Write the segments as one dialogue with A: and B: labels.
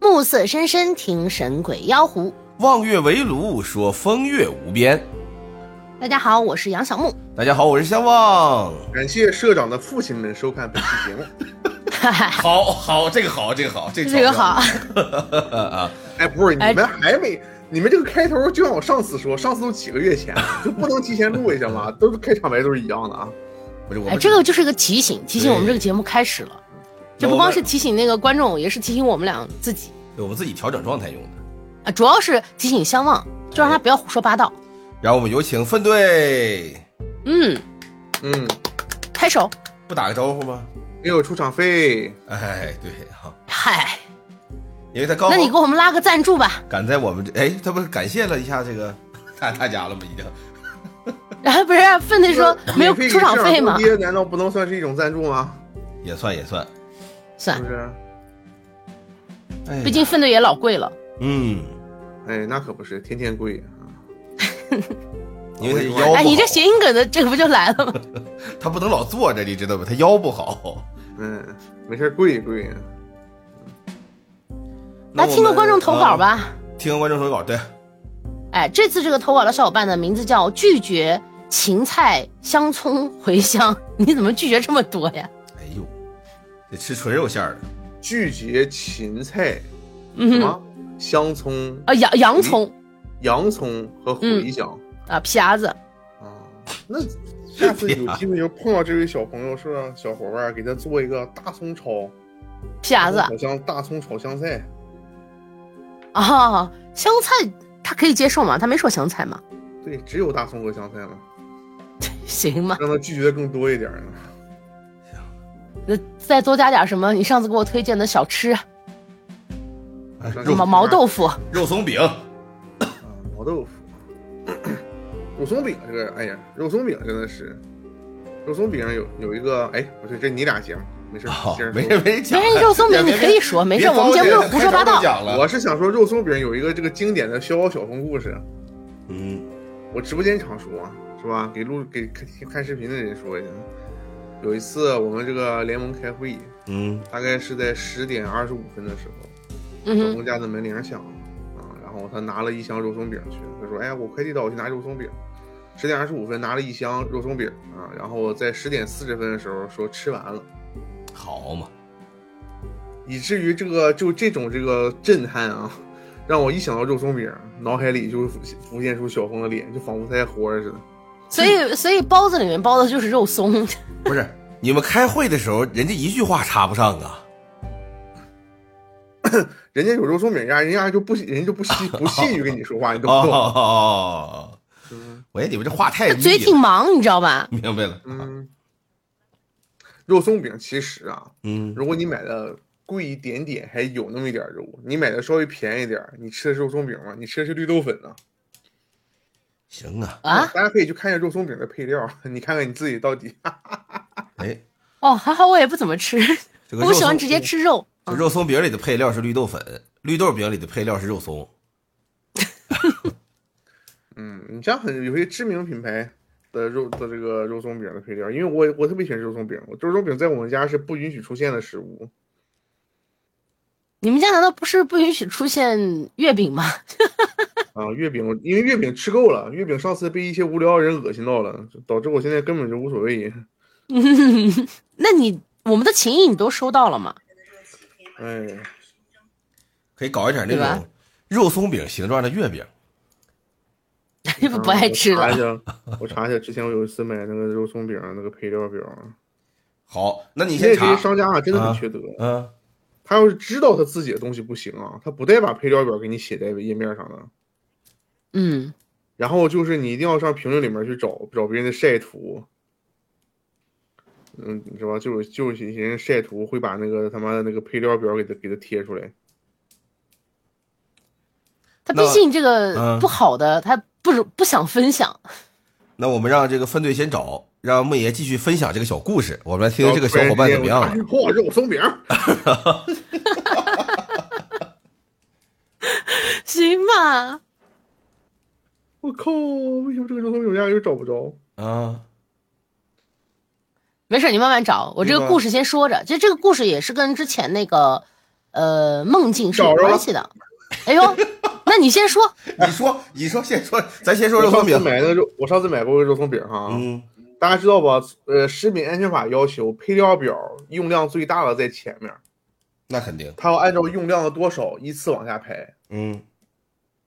A: 暮色深深，听神鬼妖狐。
B: 望月为炉，说风月无边。
A: 大家好，我是杨小 木。
B: 大家好，我是相望。
C: 感谢社长的父亲们收看本期节 目。
B: 好好，这个好，这个好，这个
A: 这个好，
B: 啊！
C: 哎，不是，你们还没，你们这个开头就像我上次说，上次都几个月前， 就不能提前录一下 吗？都是开场白都是一样的啊。
B: 不是我
A: 哎，
B: 们
A: 这个就是个提醒，提醒
B: 对
A: 我们这个节目开始了。这不光是提醒那个观众，也是提醒我们俩自己
B: 我们自己调整状态用的。
A: 啊，主要是提醒相望，就让他不要胡说八道。
B: 然后我们有请分队，
A: 嗯，
C: 嗯，
A: 拍手。
B: 不打个招呼吗？
C: 没有出场费，
B: 哎，对哈，
A: 嗨，
B: 因为他刚好
A: 那你给我们拉个赞助吧。
B: 赶在我们这，哎，他不是感谢了一下这个大大家了吗？已经
A: 然后不是粪队说没有
C: 免费
A: 出场费吗
C: 给？社长补贴难道不能算是一种赞助吗？
B: 也算也算，
C: 是
A: 算
C: 不，是？
B: 哎呀
A: 毕竟粪队也老贵了。
B: 嗯，
C: 哎，那可不是，天天贵啊。
B: 因为他哦腰不好，
A: 哎，你这谐音梗的这个不就来 了吗？
B: 他不能老坐着，你知道吧？他腰不好。
C: 嗯，没事儿啊跪一跪。
A: 来听个观众投稿，吧。
B: 啊听个观众投稿，对，
A: 哎，这次这个投稿的小伙伴的名字叫拒绝芹菜、香葱、茴香， 你怎么拒绝这么多呀？
B: 哎呦，得吃纯肉馅儿的。
C: 拒绝芹菜，什
A: 嗯哼，
C: 么香葱、
A: 啊洋
B: 嗯
A: 洋葱
C: 洋葱和茴香
A: 啊皮子，
C: 啊？那下次有机会就碰到这位小朋友，是让小伙伴儿给他做一个大葱炒
A: 皮子
C: 好像大葱炒香菜，
B: 嗯
A: 啊香菜他可以接受吗？他没说香菜吗？
C: 对，只有大葱和香菜嘛，
A: 行
B: 嗯
A: 吗？
C: 让他拒绝的更多一点儿啊呢。
A: 那再多加点什么？你上次给我推荐的小吃，啊
B: 哎
A: 什
C: 那就
A: 么毛豆腐，
B: 肉松饼，
C: 啊，毛豆腐， 肉松饼这个，哎呀，肉松饼真的是，肉松饼有有一个，哎，不对，这你俩节目，没事儿，
B: 好
C: 接着，说
B: 哦没人没人
A: 别
B: 讲。
A: 人肉松饼你
B: 别
A: 可以说，没
B: 别
A: 事，我们节目就是胡说八
B: 别
A: 道
B: 别。讲了。
C: 我是想说，肉松饼有一个这个经典的逍遥小童故事，
B: 嗯，
C: 我直播间常说，啊是吧？给录给看看视频的人说一下。有一次我们这个联盟开会议，
B: 嗯
C: 大概是在十点二十五分的时候，
A: 嗯
C: 小
A: 哼，
C: 东家的门铃响了啊，然后他拿了一箱肉松饼去，他说：“哎呀，我快递到，我去拿肉松饼。”十点二十五分拿了一箱肉松饼啊，然后在十点四十分的时候说吃完了，
B: 好嘛，
C: 以至于这个就这种这个震撼啊，让我一想到肉松饼，脑海里就浮浮现出小峰的脸，就仿佛他还活着似的。
A: 所以所以包子里面包的就是肉松，
B: 不是你们开会的时候，人家一句话插不上 啊。
C: 人家有肉松饼家，人家就不人家就 不细不细于跟你说话，你懂不懂？
B: 哦，
C: 嗯
B: 喂，你们这话太
A: 他
B: 密
A: 嘴挺
B: 了，
A: 忙，你知道吧？
B: 明白了。
C: 嗯，肉松饼其实啊，
B: 嗯，
C: 如果你买的贵一点点，还有那么一点肉；你买的稍微便宜点儿，你吃的是肉松饼吗？你吃的是绿豆粉呢。
B: 行啊，
A: 啊，
C: 大家可以去看一下肉松饼的配料， 你看看你自己到底。
B: 哎，
A: 哦，还好我也不怎么吃，
B: 这个
A: 我
B: 肉
A: 喜欢
B: 松嗯
A: 直接吃肉。
B: 这肉松饼里的配料是绿豆粉，绿豆饼里的配料是肉松。
C: 嗯，你像很有些知名品牌的肉的这个肉松饼的配料，因为我我特别喜欢吃肉松饼，我肉松饼在我们家是不允许出现的食物。
A: 你们家难道不是不允许出现月饼吗？
C: 啊，月饼，因为月饼吃够了，月饼上次被一些无聊的人恶心到了，导致我现在根本就无所谓。
A: 那你我们的情谊你都收到了吗？
C: 哎，
B: 可以搞一点那
A: 对吧
B: 种肉松饼形状的月饼。
A: 你不不爱吃
C: 我查一
A: 了，
C: 下，我查一下，之前我有一次买那个肉松饼啊那个配料表，啊
B: 好，那你
C: 现在
B: 先
C: 这些
B: 查。
C: 商家啊真的
B: 啊
C: 很缺德，
B: 嗯，
C: 他要是知道他自己的东西不行啊，他不带把配料表给你写在页面上的。
A: 嗯，
C: 然后就是你一定要上评论里面去找找别人的晒图，嗯，你知道吧？就有就有些人晒图会把那个他妈的那个配料表给他给他贴出来。
A: 他
B: 那
A: 毕竟这
B: 嗯
A: 个不好的，他不如不想分享。
B: 那我们让这个分队先找，让莫爷继续分享这个小故事。我们来听听这个小伙伴怎么样了。
C: 嚯，肉松饼！
A: 行吧，
C: 我靠，为什么这个肉松饼家又找不着？
B: 啊，
A: 没事，你慢慢找。我这
B: 明
A: 个
B: 白
A: 故事先说着，其实这个故事也是跟之前那个呃梦境是有
C: 找着了
A: 关系的。哎呦，那你先说，
B: 你说，你说，先说，咱先说
C: 我
B: 肉
C: 上
B: 松
C: 次
B: 饼。
C: 买那个肉，我上次买过个肉松饼哈，
B: 嗯，
C: 大家知道吧？呃，食品安全法要求配料表用量最大的在前面，
B: 那肯定。
C: 它要按照用量的多少依次往下排，
B: 嗯，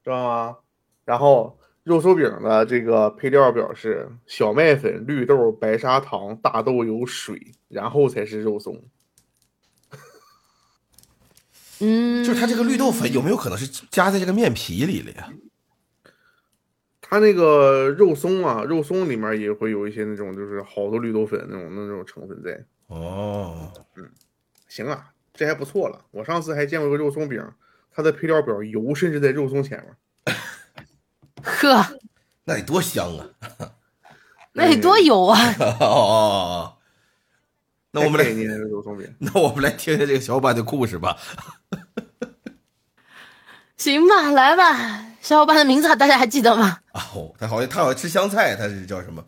C: 知道吗？然后肉松饼的这个配料表是小麦粉、绿豆、白砂糖、大豆油、水，然后才是肉松。
A: 嗯，
B: 就是它这个绿豆粉有没有可能是加在这个面皮里了啊呀？
C: 它那个肉松啊，肉松里面也会有一些那种就是好多绿豆粉那种那种成分在。
B: 哦，
C: 行啊，这还不错了。我上次还见过一个肉松饼，它的配料表油甚至在肉松前面。
A: 呵，
B: 那得多香啊！
A: 那得多油啊！
B: 哦哦哦，那我们
C: 太给
B: 来，
C: 你肉松饼，
B: 那我们来听听这个小伙伴的故事吧。
A: 行吧，来吧，小伙伴的名字大家还记得吗？
B: 哦，他好像他好像吃香菜，他是叫什么？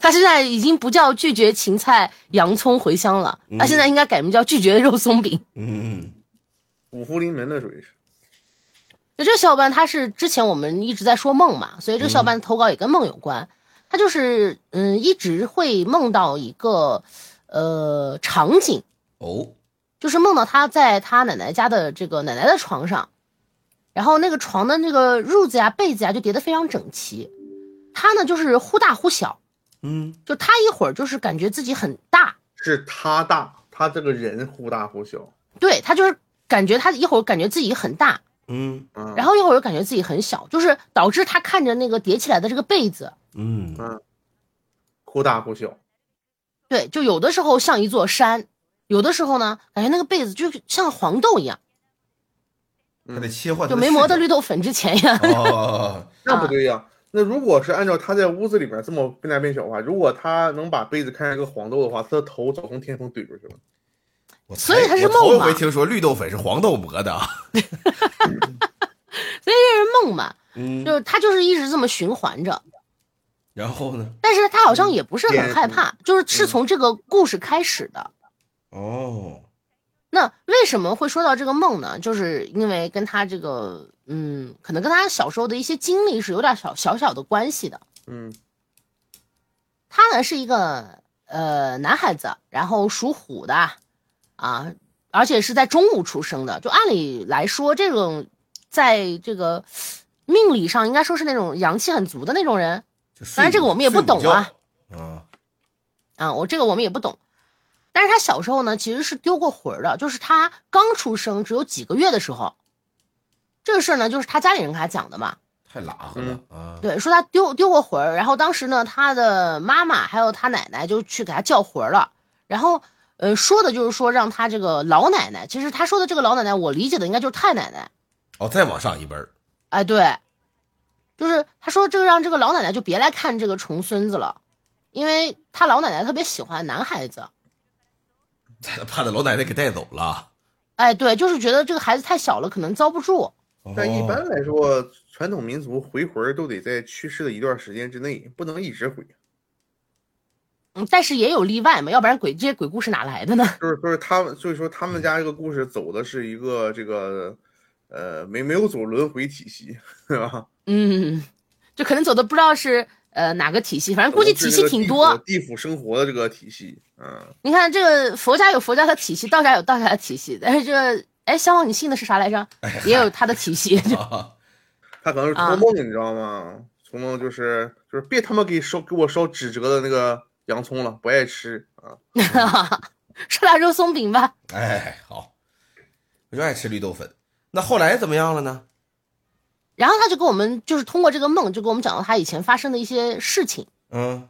A: 他现在已经不叫拒绝芹菜、洋葱、茴香了，他现在应该改名叫拒绝肉松饼。
B: 嗯，
C: 五福临门的属于是。
A: 那这个小伙伴他是之前我们一直在说梦嘛，所以这个小伙伴投稿也跟梦有关。他就是嗯，一直会梦到一个呃场景，
B: 哦，
A: 就是梦到他在他奶奶家的这个奶奶的床上，然后那个床的那个褥子呀、被子呀就叠得非常整齐，他呢就是忽大忽小，
B: 嗯，
A: 就他一会儿就是感觉自己很大，
C: 是他大，他这个人忽大忽小
A: 对他就是感觉他一会儿感觉自己很大，
B: 嗯，
C: 啊。
A: 然后一会儿又感觉自己很小，就是导致他看着那个叠起来的这个被子，
B: 嗯，
C: 忽大忽
A: 啊
C: 小，
A: 对，就有的时候像一座山，有的时候呢感觉那个被子就像黄豆一样，
B: 他得切换他
A: 就
B: 的
A: 没
B: 视
A: 磨的
B: 角
A: 绿豆粉之前呀，
B: 哦，
C: 那不对呀、那如果是按照他在屋子里面这么变大变小的话，如果他能把被子看成一个黄豆的话，他的头早从天缝怼出去了。
B: 我才
A: 所以它是
B: 我头
A: 梦
B: 一回
A: 嘛
B: 听说绿豆粉是黄豆磨的。
A: 所以这是梦嘛，
B: 嗯
A: 就是他就是一直这么循环着，
B: 然后呢？
A: 但是他好像也不是很
C: 也
A: 害怕，就是是从这个故事开始的。
B: 哦，
A: 那为什么会说到这个梦呢？就是因为跟他这个，嗯，可能跟他小时候的一些经历是有点小小小的关系的。
C: 嗯
A: 他呢是一个呃男孩子，然后属虎的啊，而且是在中午出生的。就按理来说，这种在这个命理上应该说是那种阳气很足的那种人当然这个我们也不懂啊
B: 睡午觉。啊，
A: 啊。我这个我们也不懂，但是他小时候呢其实是丢过魂儿的，就是他刚出生只有几个月的时候，这个事儿呢就是他家里人给他讲的嘛。
B: 太拉和了啊！
A: 对，说他丢丢过魂儿，然后当时呢，他的妈妈还有他奶奶就去给他叫魂儿了，然后呃说的就是说让他这个老奶奶，其实他说的这个老奶奶，我理解的应该就是太奶奶，
B: 哦，再往上一辈儿，
A: 哎对，就是他说这个让这个老奶奶就别来看这个重孙子了，因为他老奶奶特别喜欢男孩子，
B: 怕那老奶奶给带走了。
A: 哎对，就是觉得这个孩子太小了，可能遭不住，
C: 但
A: 哦
C: 一般来说，传统民族回魂儿都得在去世的一段时间之内，不能一直回。
A: 嗯，但是也有例外嘛，要不然鬼这些鬼故事哪来的呢？
C: 就是就是他们，所以说
A: 嗯
C: 他们家这个故事走的是一个这个，呃，没没有走轮回体系，对吧？
A: 嗯，就可能走的不知道是呃哪个体系，反正估计
C: 走
A: 体
C: 的是这
A: 系
C: 个
A: 挺
C: 地
A: 多。
C: 府地府生活的这个体系，嗯，
A: 你看这个佛家有佛家的体系，道家有道家的体系，但是这个哎，相望你信的是啥来着？也有他的体系。
B: 啊，
C: 他可能是
A: 啊
C: 托梦，你知道吗？托梦就是就是别他妈给烧给我烧纸折的那个洋葱了，不爱吃啊。
A: 说俩肉松饼吧，
B: 哎，好，我就爱吃绿豆粉。那后来怎么样了呢？
A: 然后他就跟我们就是通过这个梦，就跟我们讲到他以前发生的一些事情。
B: 嗯，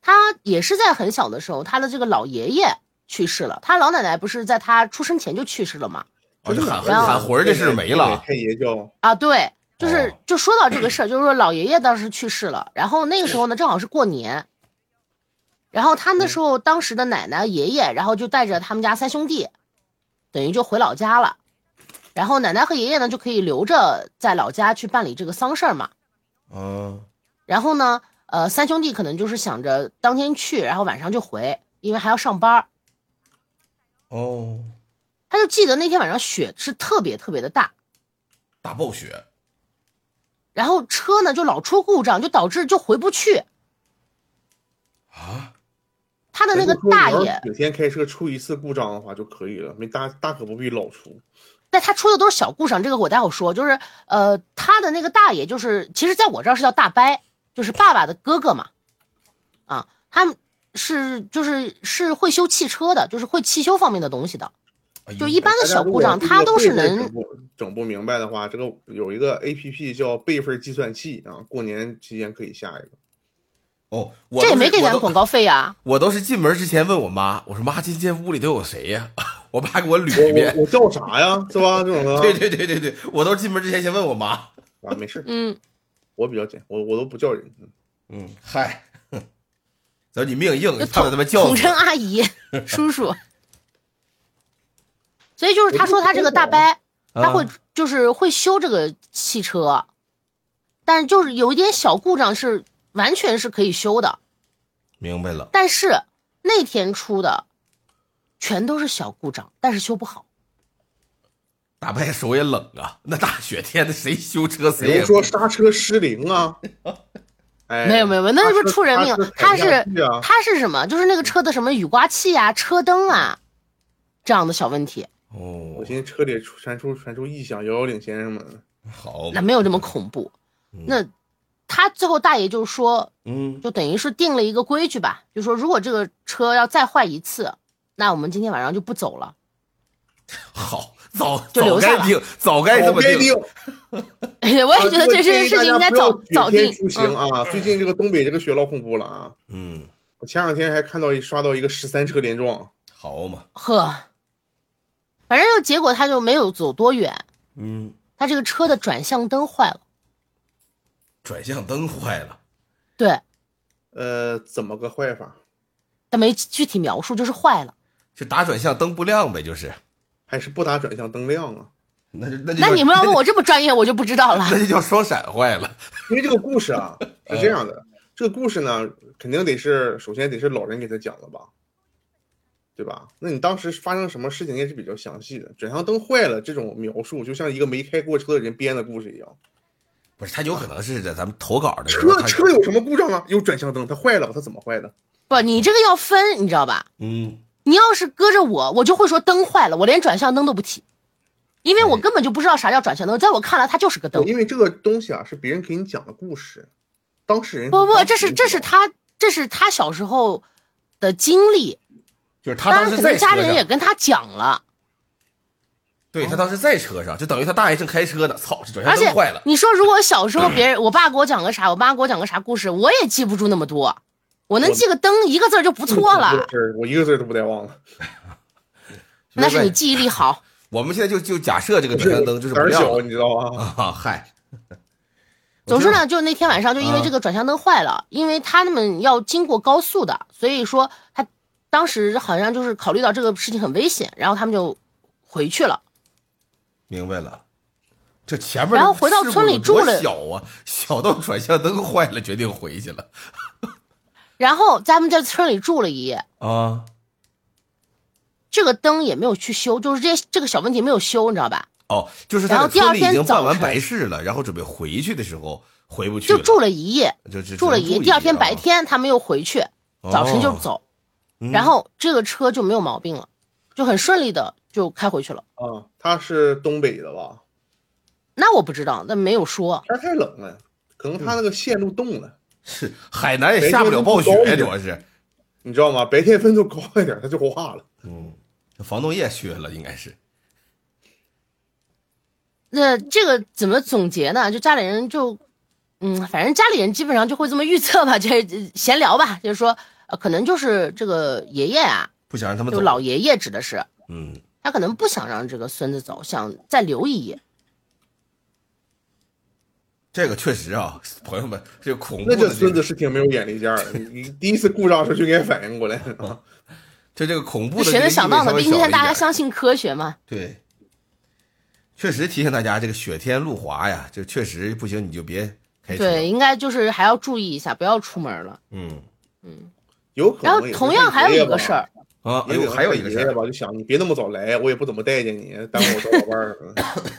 A: 他也是在很小的时候，他的这个老爷爷去世了，他老奶奶不是在他出生前就去世了嘛？
B: 哦，这喊
A: 然后
B: 喊魂儿这事儿没了。
C: 太爷叫
A: 啊，对，就是
B: 哦
A: 就说到这个事儿，就是说老爷爷当时去世了，然后那个时候呢，正好是过年，然后他那时候当时的奶奶、爷爷，然后就带着他们家三兄弟，等于就回老家了，然后奶奶和爷爷呢就可以留着在老家去办理这个丧事儿嘛，
B: 嗯，
A: 然后呢，呃，三兄弟可能就是想着当天去，然后晚上就回，因为还要上班儿。
B: 哦，
A: 他就记得那天晚上雪是特别特别的大，
B: 大暴雪，
A: 然后车呢就老出故障，就导致就回不去。
B: 啊，
A: 他的那个
C: 咱就说
A: 大
C: 你要
A: 爷，
C: 每天开车出一次故障的话就可以了，没大大可不必老出。
A: 但他出的都是小故障，这个我待会儿说。就是呃，他的那个大爷，就是其实在我这儿是叫大伯，就是爸爸的哥哥嘛。啊，他们是就是是会修汽车的，就是会汽修方面的东西的。
B: 哎呦
A: 就一般的
C: 大家
A: 小
C: 如
A: 故
C: 果
A: 障，
C: 这
A: 他
C: 个
A: 都
C: 备
A: 是
C: 份
A: 能
C: 整不整不明白的话，这个有一个 A P P 叫备份计算器啊，过年期间可以下一个。
B: 哦，我
A: 这也
B: 都是
A: 没给
B: 我
A: 咱
B: 都
A: 广告费啊。
B: 我都是进门之前问我妈，我说妈，今天屋里都有谁呀、我妈给我捋一
C: 我我
B: 遍。
C: 我叫啥呀？是吧？这种的
B: 对对对对对，我都是进门之前先问我妈。
C: 啊，没事，
A: 嗯，
C: 我比较简，我我都不叫人。嗯
B: 嗯，嗨，咱你命硬，
A: 就
B: 你怕我他妈叫
A: 统
B: 你
A: 称阿 姨、叔叔。所以就是他说他这个大伯，他会
B: 啊
A: 就是会修这个汽车，但就是有一点小故障是完全是可以修的。
B: 明白了，
A: 但是那天出的全都是小故障，但是修不好。
B: 大白手也冷啊，那大雪天的谁修车
C: 比
B: 谁也
C: 如
B: 不
C: 说刹车失 灵啊，哎，
A: 没有没有没有，那
C: 刹
A: 是不
C: 车
A: 是出人命
C: 刹车？
A: 他
C: 踩不
A: 是
C: 下去啊
A: 他是什么？就是那个车的什么雨刮器啊、车灯啊这样的小问题，
B: 哦
C: 我，寻思车里出传出传出异响，遥遥领先什么的。
B: 好，
A: 那没有这么恐怖。那他最后大爷就说，
B: 嗯，
A: 就等于是定了一个规矩吧，就说如果这个车要再坏一次，那我们今天晚上就不走了。
B: 好，早
A: 就
B: 早
A: 留下
B: 该
A: 了
B: 定，早该哎这么
C: 我
B: 定。
C: 定
A: 我也觉得这
C: 件
A: 件事情应该早早定。
C: 出行
A: 嗯，
C: 啊，最近这个东北这个雪老恐怖了啊！
B: 嗯，
C: 我前两天还看到一刷到一个十三车连撞，
B: 好嘛，
A: 呵，反正就结果他就没有走多远，
B: 嗯，
A: 他这个车的转向灯坏了。
B: 转向灯坏了，
A: 对，
C: 呃，怎么个坏法？
A: 他没具体描述，就是坏了。
B: 就打转向灯不亮呗，就是，
C: 还是不打转向灯亮啊？
B: 那就那就
A: 那
B: 叫
A: 你们要问
B: 那
A: 我这么专业，我就不知道了
B: 就。那就叫双闪坏了。
C: 因为这个故事啊是这样的，这个故事呢，肯定得是首先得是老人给他讲的吧，对吧？那你当时发生什么事情也是比较详细的。转向灯坏了这种描述，就像一个没开过车的人编的故事一样。
B: 不是，他有可能是在咱们投稿的时候，
C: 车
B: 哎他
C: 车有什么故障吗？啊有转向灯，它坏了，它怎么坏的？
A: 不，你这个要分，你知道吧？
B: 嗯，
A: 你要是搁着我，我就会说灯坏了，我连转向灯都不提，因为我根本就不知道啥叫转向灯，在我看来它就是个灯。
C: 因为这个东西啊是别人给你讲的故事，当事人
A: 不不，
C: 当
A: 这
C: 事
A: 是
C: 人
A: 这是
C: 讲
A: 他这是他小时候的经历，
B: 就是他
A: 当
B: 当
A: 然
B: 时
A: 可
B: 在
A: 能
B: 车
A: 家里人也
B: 上，
A: 跟他讲了，
B: 对他当时在车上，就等于他大爷正开车呢，操，这转
A: 而且
B: 向灯坏了，
A: 你说如果小时候别人我爸给我讲个啥，我妈给我讲个啥故事，我也记不住那么多，我能记个灯一个字儿就不错
C: 这
A: 了
B: 嗯
C: 个，事儿，我一个字儿都不带忘了。
A: 那是你记忆力好。
B: 我们现在就就假设这个转向灯就是不
C: 胆儿
B: 亮
C: 小，
B: 了
C: 你知道吧？
B: 啊，嗨，
A: 总之呢，就那天晚上就
B: 嗯
A: 因为这个转向灯坏了，因为他们要经过高速的，所以说他当时好像就是考虑到这个事情很危险，然后他们就回去了。
B: 明白了。这前面
A: 然后回到村里住了
B: 事故有多小啊，小到转向灯坏了，决定回去了
A: 然后咱们在村里住了一夜，
B: 啊。
A: 这个灯也没有去修，就是这这个小问题没有修，你知道吧？
B: 哦，就是他
A: 然
B: 在
A: 后第二
B: 村里已
A: 天
B: 经办完
A: 早晨
B: 白事了，然后准备回去的时候回不去
A: 就
B: 了，
A: 住了一夜，
B: 就就
A: 住了一
B: 一啊哦
A: 夜。第二天白天他们又回去，早晨就走，
B: 嗯
A: 然后这个车就没有毛病了，就很顺利的就开回去了。
C: 啊，他是东北的吧？
A: 那我不知道，那没有说。
C: 天儿太冷了，可能他那个线路冻了，
B: 是海南也下不了暴雪，主要是
C: 你知道吗？白天温度高一点，它就化了。
B: 嗯，防冻液缺了应该是。
A: 那这个怎么总结呢？就家里人就，嗯，反正家里人基本上就会这么预测吧， 这这闲聊吧，就是说，呃，可能就是这个爷爷啊，
B: 不想让他们
A: 就
B: 走。
A: 老爷爷指的是，
B: 嗯，
A: 他可能不想让这个孙子走，想再留一夜。
B: 这个确实啊，朋友们，这个恐怖
C: 那
B: 的
C: 这
B: 这
C: 孙子
B: 个，
C: 是挺没有眼力见儿的。你你第一次故障的时候就应该反应过来啊！
B: 就这个恐怖
A: 就
B: 的这
A: 谁
B: 个
A: 能
B: 意味
A: 想到
B: 稍
A: 呢？
B: 微
A: 毕竟现
B: 小
A: 在
B: 一
A: 大家
B: 点
A: 相信科学嘛。
B: 对，确实提醒大家，这个雪天路滑呀，这确实不行，你就别开车。
A: 对，应该就是还要注意一下，不要出门了。
B: 嗯，
C: 有可
A: 然后
C: 能也是
A: 同样还有一个事儿，
B: 啊，哎
C: 也
B: 呦，
C: 可能
B: 还有
C: 是
B: 一个
C: 爷
B: 事
C: 爷
B: 儿，
C: 吧，就想你别那么早来，我也不怎么待见你，耽误我找老伴儿。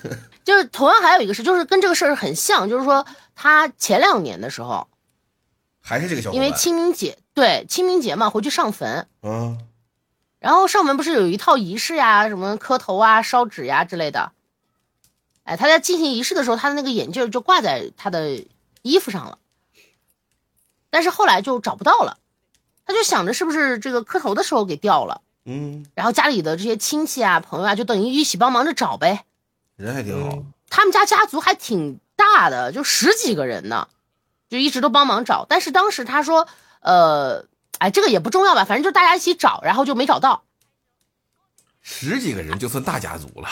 C: 嗯
A: 就是同样还有一个事，就是跟这个事儿很像，就是说他前两年的时候，
B: 还是这个小伙
A: 因为
B: 伴
A: 清明节对清明节嘛，回去上坟，
B: 啊，
A: 然后上坟不是有一套仪式呀，什么磕头啊、烧纸呀之类的。哎，他在进行仪式的时候，他的那个眼镜就挂在他的衣服上了，但是后来就找不到了，他就想着是不是这个磕头的时候给掉了，
B: 嗯，
A: 然后家里的这些亲戚啊、朋友啊，就等于一起帮忙着找呗。
B: 人还 挺
C: 嗯
B: 好，
A: 他们家家族还挺大的，就十几个人呢，就一直都帮忙找。但是当时他说，呃，哎，这个也不重要吧，反正就大家一起找，然后就没找到，
B: 十几个人就算大家族了，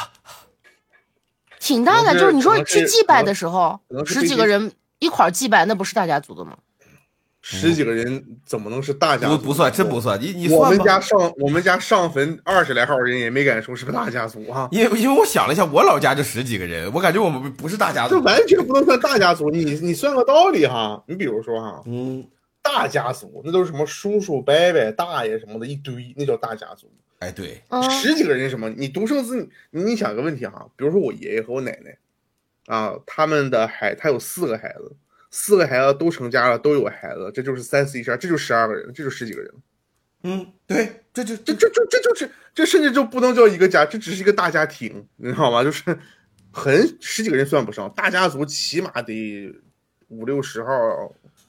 A: 挺大
C: 可能
A: 的。
C: 是
A: 就是你说
C: 可能是
A: 去祭拜的时候
C: 可能，是
A: 十几个人一块儿祭拜，那不是大家族的吗？
C: 十几个人怎么能是大家
B: 不
C: 族？
B: 不算，真不算，你你
C: 我
B: 算
C: 们家
B: 吧，
C: 上我们家上坟二十来号人也没敢说是不是大家族啊，
B: 因为因为我想了一下，我老家就十几个人，我感觉我们不是大家
C: 这
B: 族，
C: 完全不能算大家族。你你算个道理哈，你比如说哈，
B: 嗯，
C: 大家族那都是什么叔叔、伯伯、大爷什么的一堆，那叫大家族。
B: 哎对，
A: 嗯，
C: 十几个人什么？你独生子女，你想个问题哈，比如说我爷爷和我奶奶，啊，他们的孩，他有四个孩子，四个孩子都成家了，都有孩子，这就是三四一十二，这就十二个人，这就十几个人，
B: 嗯对，这就
C: 这
B: 这
C: 这这这就是这甚至就不能叫一个家，这只是一个大家庭，你知道吗？就是很十几个人算不上，大家族起码得五六十号，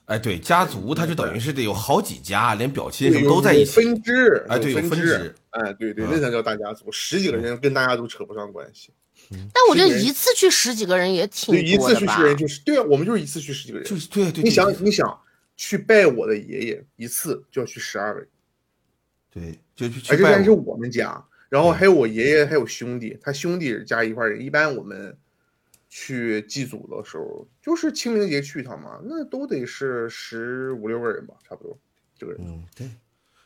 B: 哎对，家族它就等于是得有好几家，连表亲什
C: 对
B: 么都在一
C: 有
B: 起，
C: 分支，
B: 哎对，有
C: 分
B: 分支，
C: 哎，对对，
B: 嗯
C: 那才叫大家族，十几个人跟大家族扯不上关系。
A: 但我觉得
C: 十几个人
A: 一次去十几个人也挺
C: 对，一
A: 多
C: 次
A: 的
C: 去
A: 吧
C: 十？人就是对啊，我们就是一次去十几个人。
B: 就是对对，对
C: 你想，你想去拜我的爷爷一次就要去十二位，
B: 对，就去
C: 而
B: 去
C: 且
B: 拜
C: 还是
B: 我，嗯
C: 我们家，然后还有我爷爷，还有兄弟，他兄弟加一块人。一般我们去祭祖的时候，就是清明节去一趟嘛，那都得是十五六个人吧，差不多。这个人，
B: 嗯对，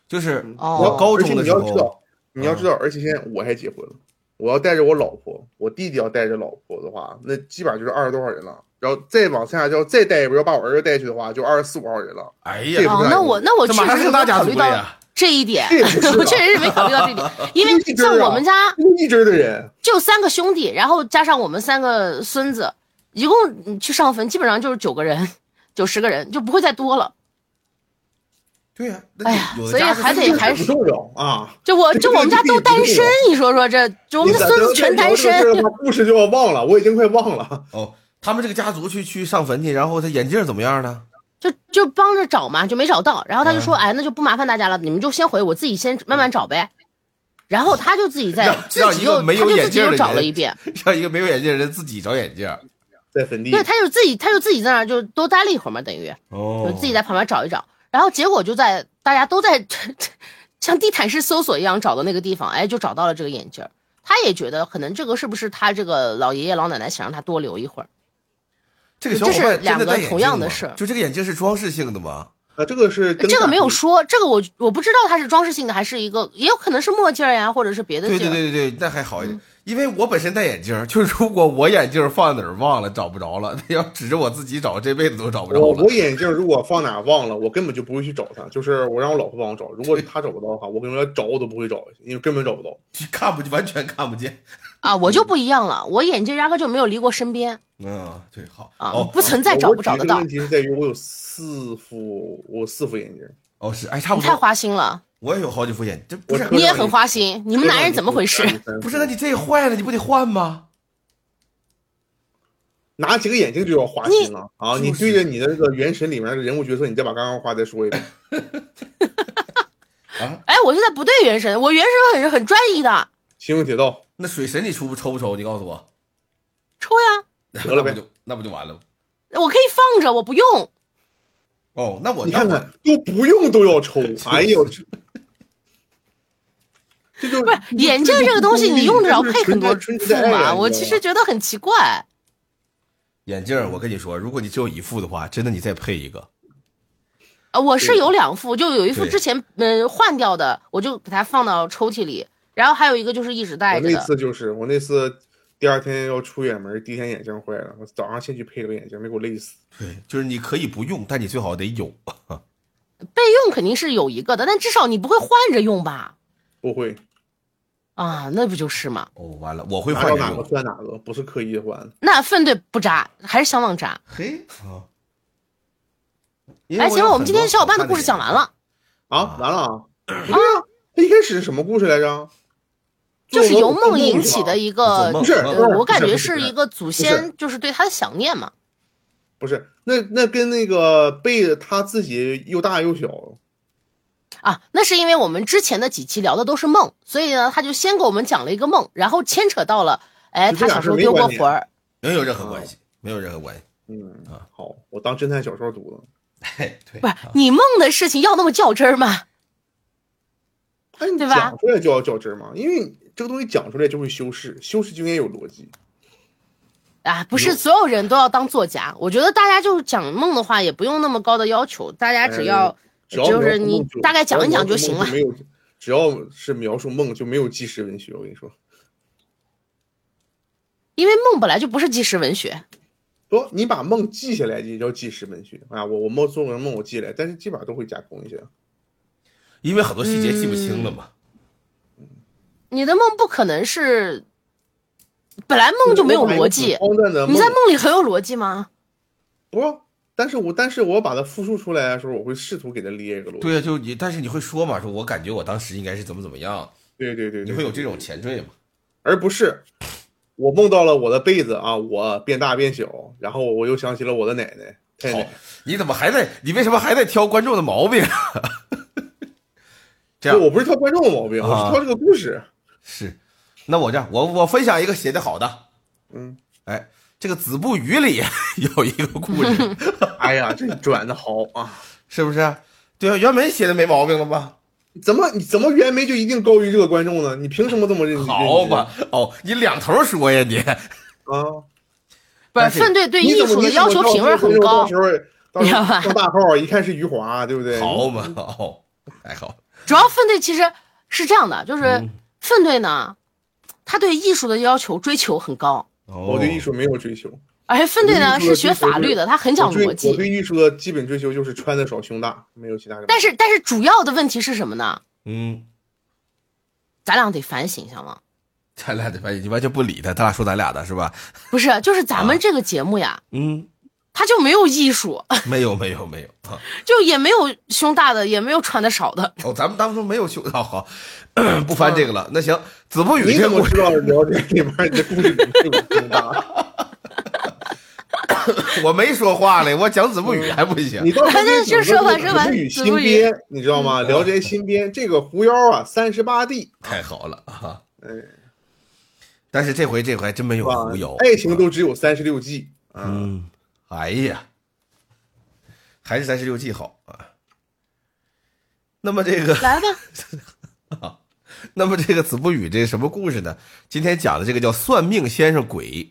B: 就是
A: 哦
B: 我高
C: 嗯而且
B: 中的
C: 你
B: 时
C: 要知
B: 候，
C: 道，你要知道，而且现在我还结婚了，我要带着我老婆，我弟弟要带着老婆的话，那基本上就是二十多号人了。然后再往下，要再带一波，要把我儿子带去的话，就二十四五号人了。
B: 哎
C: 这
B: 呀
C: 不，
A: 哦，那我那我
B: 这
A: 确
B: 马上
A: 实
B: 是
A: 没
B: 大
A: 有
B: 家
A: 考
B: 族
A: 虑
B: 了
A: 到
B: 呀，
A: 这一点
C: 这也不是，啊
A: 我确实是没考虑到这一点，因为
C: 这
A: 像
C: 个啊
A: 我们家
C: 一针儿的人，
A: 就三个兄弟，然后加上我们三个孙子，一共嗯去上坟基本上就是九个人， 九十个人就不会再多了。
B: 对呀，那
A: 哎呀
B: 有的
A: 所以
B: 家是
A: 还
B: 分
A: 得
B: 支
A: 还
C: 不重要啊。
A: 就我
C: 对
A: 就我们家都单身，你说说这，就我们的孙子全单
C: 你咋
A: 身
C: 知。道这个故事就要忘了，我已经快忘了。
B: 哦，他们这个家族去去上坟去，然后他眼镜怎么样呢？
A: 就就帮着找嘛，就没找到。然后他就说：“哎，那就不麻烦大家了，你们就先回，我自己先慢慢找呗。”然后他就自己在
B: 让
A: 自
B: 让
A: 己
B: 一个
A: 又他
B: 没有
A: 就
B: 眼
A: 自己
B: 镜儿
A: 又
B: 的
A: 找了
B: 人
A: 一遍，
B: 让一个没有眼镜的人自己找眼镜。
C: 在坟地，
A: 对，他就自己他就自己在那儿就多待了一会儿嘛，等于
B: 哦
A: 就自己在旁边找一找。然后结果就在大家都在 像地毯式搜索一样找到那个地方，哎，就找到了这个眼镜儿。他也觉得可能这个是不是他这个老爷爷老奶奶想让他多留一会儿？
B: 这个小伙
A: 这是
B: 伴真
A: 两
B: 的
A: 个
B: 戴眼
A: 同
B: 镜
A: 样的
B: 吗
A: 事儿
B: 就这个眼镜是装饰性的吗？
C: 啊，这个是灯
A: 这个没有
C: 塔
A: 说，这个我我不知道它是装饰性的还是一个，也有可能是墨镜儿呀，或者是别的
B: 对
A: 镜儿。
B: 对对对对，那还好一
A: 嗯
B: 点，因为我本身戴眼镜，就是如果我眼镜放哪儿忘了找不着了，那要指着我自己找，这辈子都找不着
C: 我
B: 了
C: 我。眼镜如果放哪忘了，我根本就不会去找他，就是我让我老婆帮我找。如 果她找不到的话，我可能连找我都不会找，因为根本找不到。
B: 看不完全看不见。
A: 啊，我就不一样了，我眼镜压根就没有离过身边
B: 嗯，对，好
A: 啊，
B: 哦
A: 不存在
C: 我
A: 找
C: 我
A: 不
C: 只
A: 找
C: 是
A: 得到
C: 问。题是在于我有四副，我有四副眼镜。
B: 哦是，哎，差
A: 你
B: 不
A: 太
B: 多，
A: 花心了，
B: 我也有好几副眼，这不是
C: 我
A: 你也
C: 让
A: 很
C: 你
A: 花心，你们男人怎么回事？
B: 不是？那你这坏了，你不得换吗？
C: 拿几个眼镜就要花心了啊！
B: 就是
C: 你对着你的那个《原神》里面的人物角色，你再把刚刚话再说一遍。啊
B: 啊
A: 哎，我现在不对原神，我原神很很专一的，
C: 星用 铁道，
B: 那水神你抽不抽不抽？你告诉我，
A: 抽呀，
B: 那
C: 得了
B: 不
C: 呗
B: 就那不就完了吗？
A: 我可以放着，我不用。
B: 哦，那我
C: 你看看都不用都要 抽，哎呦， 这这就
A: 不是眼镜这个东西，你用得着配很多
C: 纯
A: 副吗？我其实觉得很奇怪。
B: 眼镜儿，我跟你说，如果你只有一副的话，真的你再配一个。
A: 啊，我是有两副，就有一副
B: 对
A: 之前嗯换掉的，我就给它放到抽屉里，然后还有一个就是一直戴
C: 我
A: 着
C: 那
A: 的。
C: 次就是我那次第二天要出远门，第一天眼镜坏了，我早上先去配了个眼镜，没给我累死。
B: 对，就是你可以不用，但你最好得有。
A: 备用肯定是有一个的，但至少你不会换着用吧？
C: 不会，
A: 啊，那不就是吗？
B: 哦，完了，我会
C: 拿
B: 换
C: 到
B: 这
C: 哪个
B: 个。
C: 算哪个，不是刻意换。
A: 那粪对不渣，还是相忘渣。
B: 嘿，啊。
A: 哎，行了，我们今天小伙伴的故事讲
B: 了。
A: 完了，
C: 啊，完了啊！啊，他一开始是什么故事来着？
A: 就是
C: 做
A: 由
C: 梦
A: 梦引起的
C: 吧，
A: 一个
B: 做
C: 不
B: 梦，
C: 是
B: 做梦
A: 呃，我感觉
C: 不是不
A: 是
C: 是
A: 一个祖先就是对他的想念嘛。
C: 不是那那跟那个贝他自己又大又小，
A: 啊，那是因为我们之前的几期聊的都是梦，所以呢，他就先给我们讲了一个梦，然后牵扯到了，哎，
C: 就
A: 他
C: 这
A: 小
C: 俩
A: 时
C: 是
A: 候
C: 没
A: 丢过
C: 关啊联
A: 魂儿，
B: 没有任何关系，没有任何 关系。
C: 嗯
B: 啊，
C: 好，我当侦探小说读了。
B: 嘿，哎对
A: 不是你梦的事情要那么较真儿吗？
C: 哎，你
A: 对吧
C: 讲出来就要较真儿嘛，因为这个东西讲出来就会修饰，修饰就应该有逻辑。
A: 啊，不是所有人都要当作家，我觉得大家就是讲梦的话，也不用那么高的要求，大家
C: 哎
A: 只要、
C: 只要
A: 就
C: 描
A: 是
C: 述
A: 你
C: 梦
A: 大概讲一讲就
C: 只要
A: 行
C: 描
A: 了
C: 述梦。没有，只要是描述梦就没有纪实文学。我跟你说，
A: 因为梦本来就不是纪实文学，
C: 不，你把梦记下来也叫纪实文学啊。我我梦做个梦我记下来，但是基本上都会加工一下。
B: 因为很多细节记不清了嘛。
A: 你的梦不可能是，本来梦就没有逻辑，
C: 荒诞的
A: 你
C: 梦
A: 在梦里很有逻辑吗？
C: 不，但是我但是我把它复述出来的时候，我会试图给它列一
A: 嗯
C: 个逻辑。
B: 对呀，啊就你，但是你会说嘛？说我感觉我当时应该是怎么怎么样，
C: 对对对
B: 你
C: 对，
B: 会有这种前缀嘛？
C: 而不是我梦到了我的被子啊，我变大变小，然后我又想起了我的奶奶。太奶
B: 好
C: 奶，
B: 你怎么还在？你为什么还在挑观众的毛病？啊 这样
C: 不我不是挑观众的毛病，我
B: 啊
C: 是挑这个故事。
B: 是，那我这样，我我分享一个写的好的，
C: 嗯，
B: 哎，这个《子不语》里 有一个故 事，
C: 哎呀，这转的好啊！
B: 是不是？对啊，原本写的没毛病了吧？
C: 怎么你怎么袁枚就一定高于这个观众呢？你凭什么这么认认
B: 好
C: 真
B: 吧，哦，你两头说呀你，
C: 啊？
A: 不是，
B: 但是
A: 粪对对
C: 你
A: 艺
C: 怎么
A: 术的
C: 你怎么
A: 要求
C: 知
A: 品
C: 道这
A: 味
C: 个观
A: 很
C: 众
A: 高
C: 到 时，候到
A: 你知
C: 时
A: 道
C: 候
A: 吧
C: 上大号一看是余华，对不对？
B: 好嘛， 哦，还好，
A: 主要粪队其实是这样的，
C: 嗯
A: 就是粪队呢，他对艺术的要求追求很高，
B: 我
C: 我对艺术没有追求，
A: 而且粪队呢
C: 我对艺
A: 是
C: 术的
A: 学
C: 追求
A: 法律的，他很
C: 我
A: 讲
C: 对
A: 逻
C: 我
A: 辑。
C: 对艺术的基本追求就是穿得少、胸大，没有其他什么。
A: 但是但是主要的问题是什么呢？
B: 嗯，
A: 咱俩得反省，行吗？
B: 咱俩得发现你完全不理他，他俩说咱俩的是吧？
A: 不是，就是咱
C: 啊
A: 们这个节目呀，
B: 嗯，
A: 它就没有艺术，
B: 没有没有没有啊，
A: 就也没有胸大的，也没有穿的少 的。
B: 哦，咱们当初没有修到好，不翻这个了。那行，《子不语》
C: 你
B: 这
C: 怎
B: 个
C: 么
B: 故
C: 知
B: 事，
C: 道聊这里面你的故事里面有胸 大？
B: 我没说话嘞，我讲《子不语》还不行
C: 嗯你到时候
A: 这这说吧说吧
C: 与
A: 子
C: 新
A: 不语
C: 编，你知道吗？
B: 嗯
C: 聊斋新编这个狐妖啊，三十八帝，
B: 太好了啊！
C: 哎，
B: 但是这回这回还真没有
C: 哇哎
B: 狐妖，
C: 啊爱情都只有三十六计啊。
B: 嗯，哎呀，还是三十六计好啊。那么这个，
A: 来吧，
B: 那么这个《子不语》这是什么故事呢？今天讲的这个叫算命先生鬼，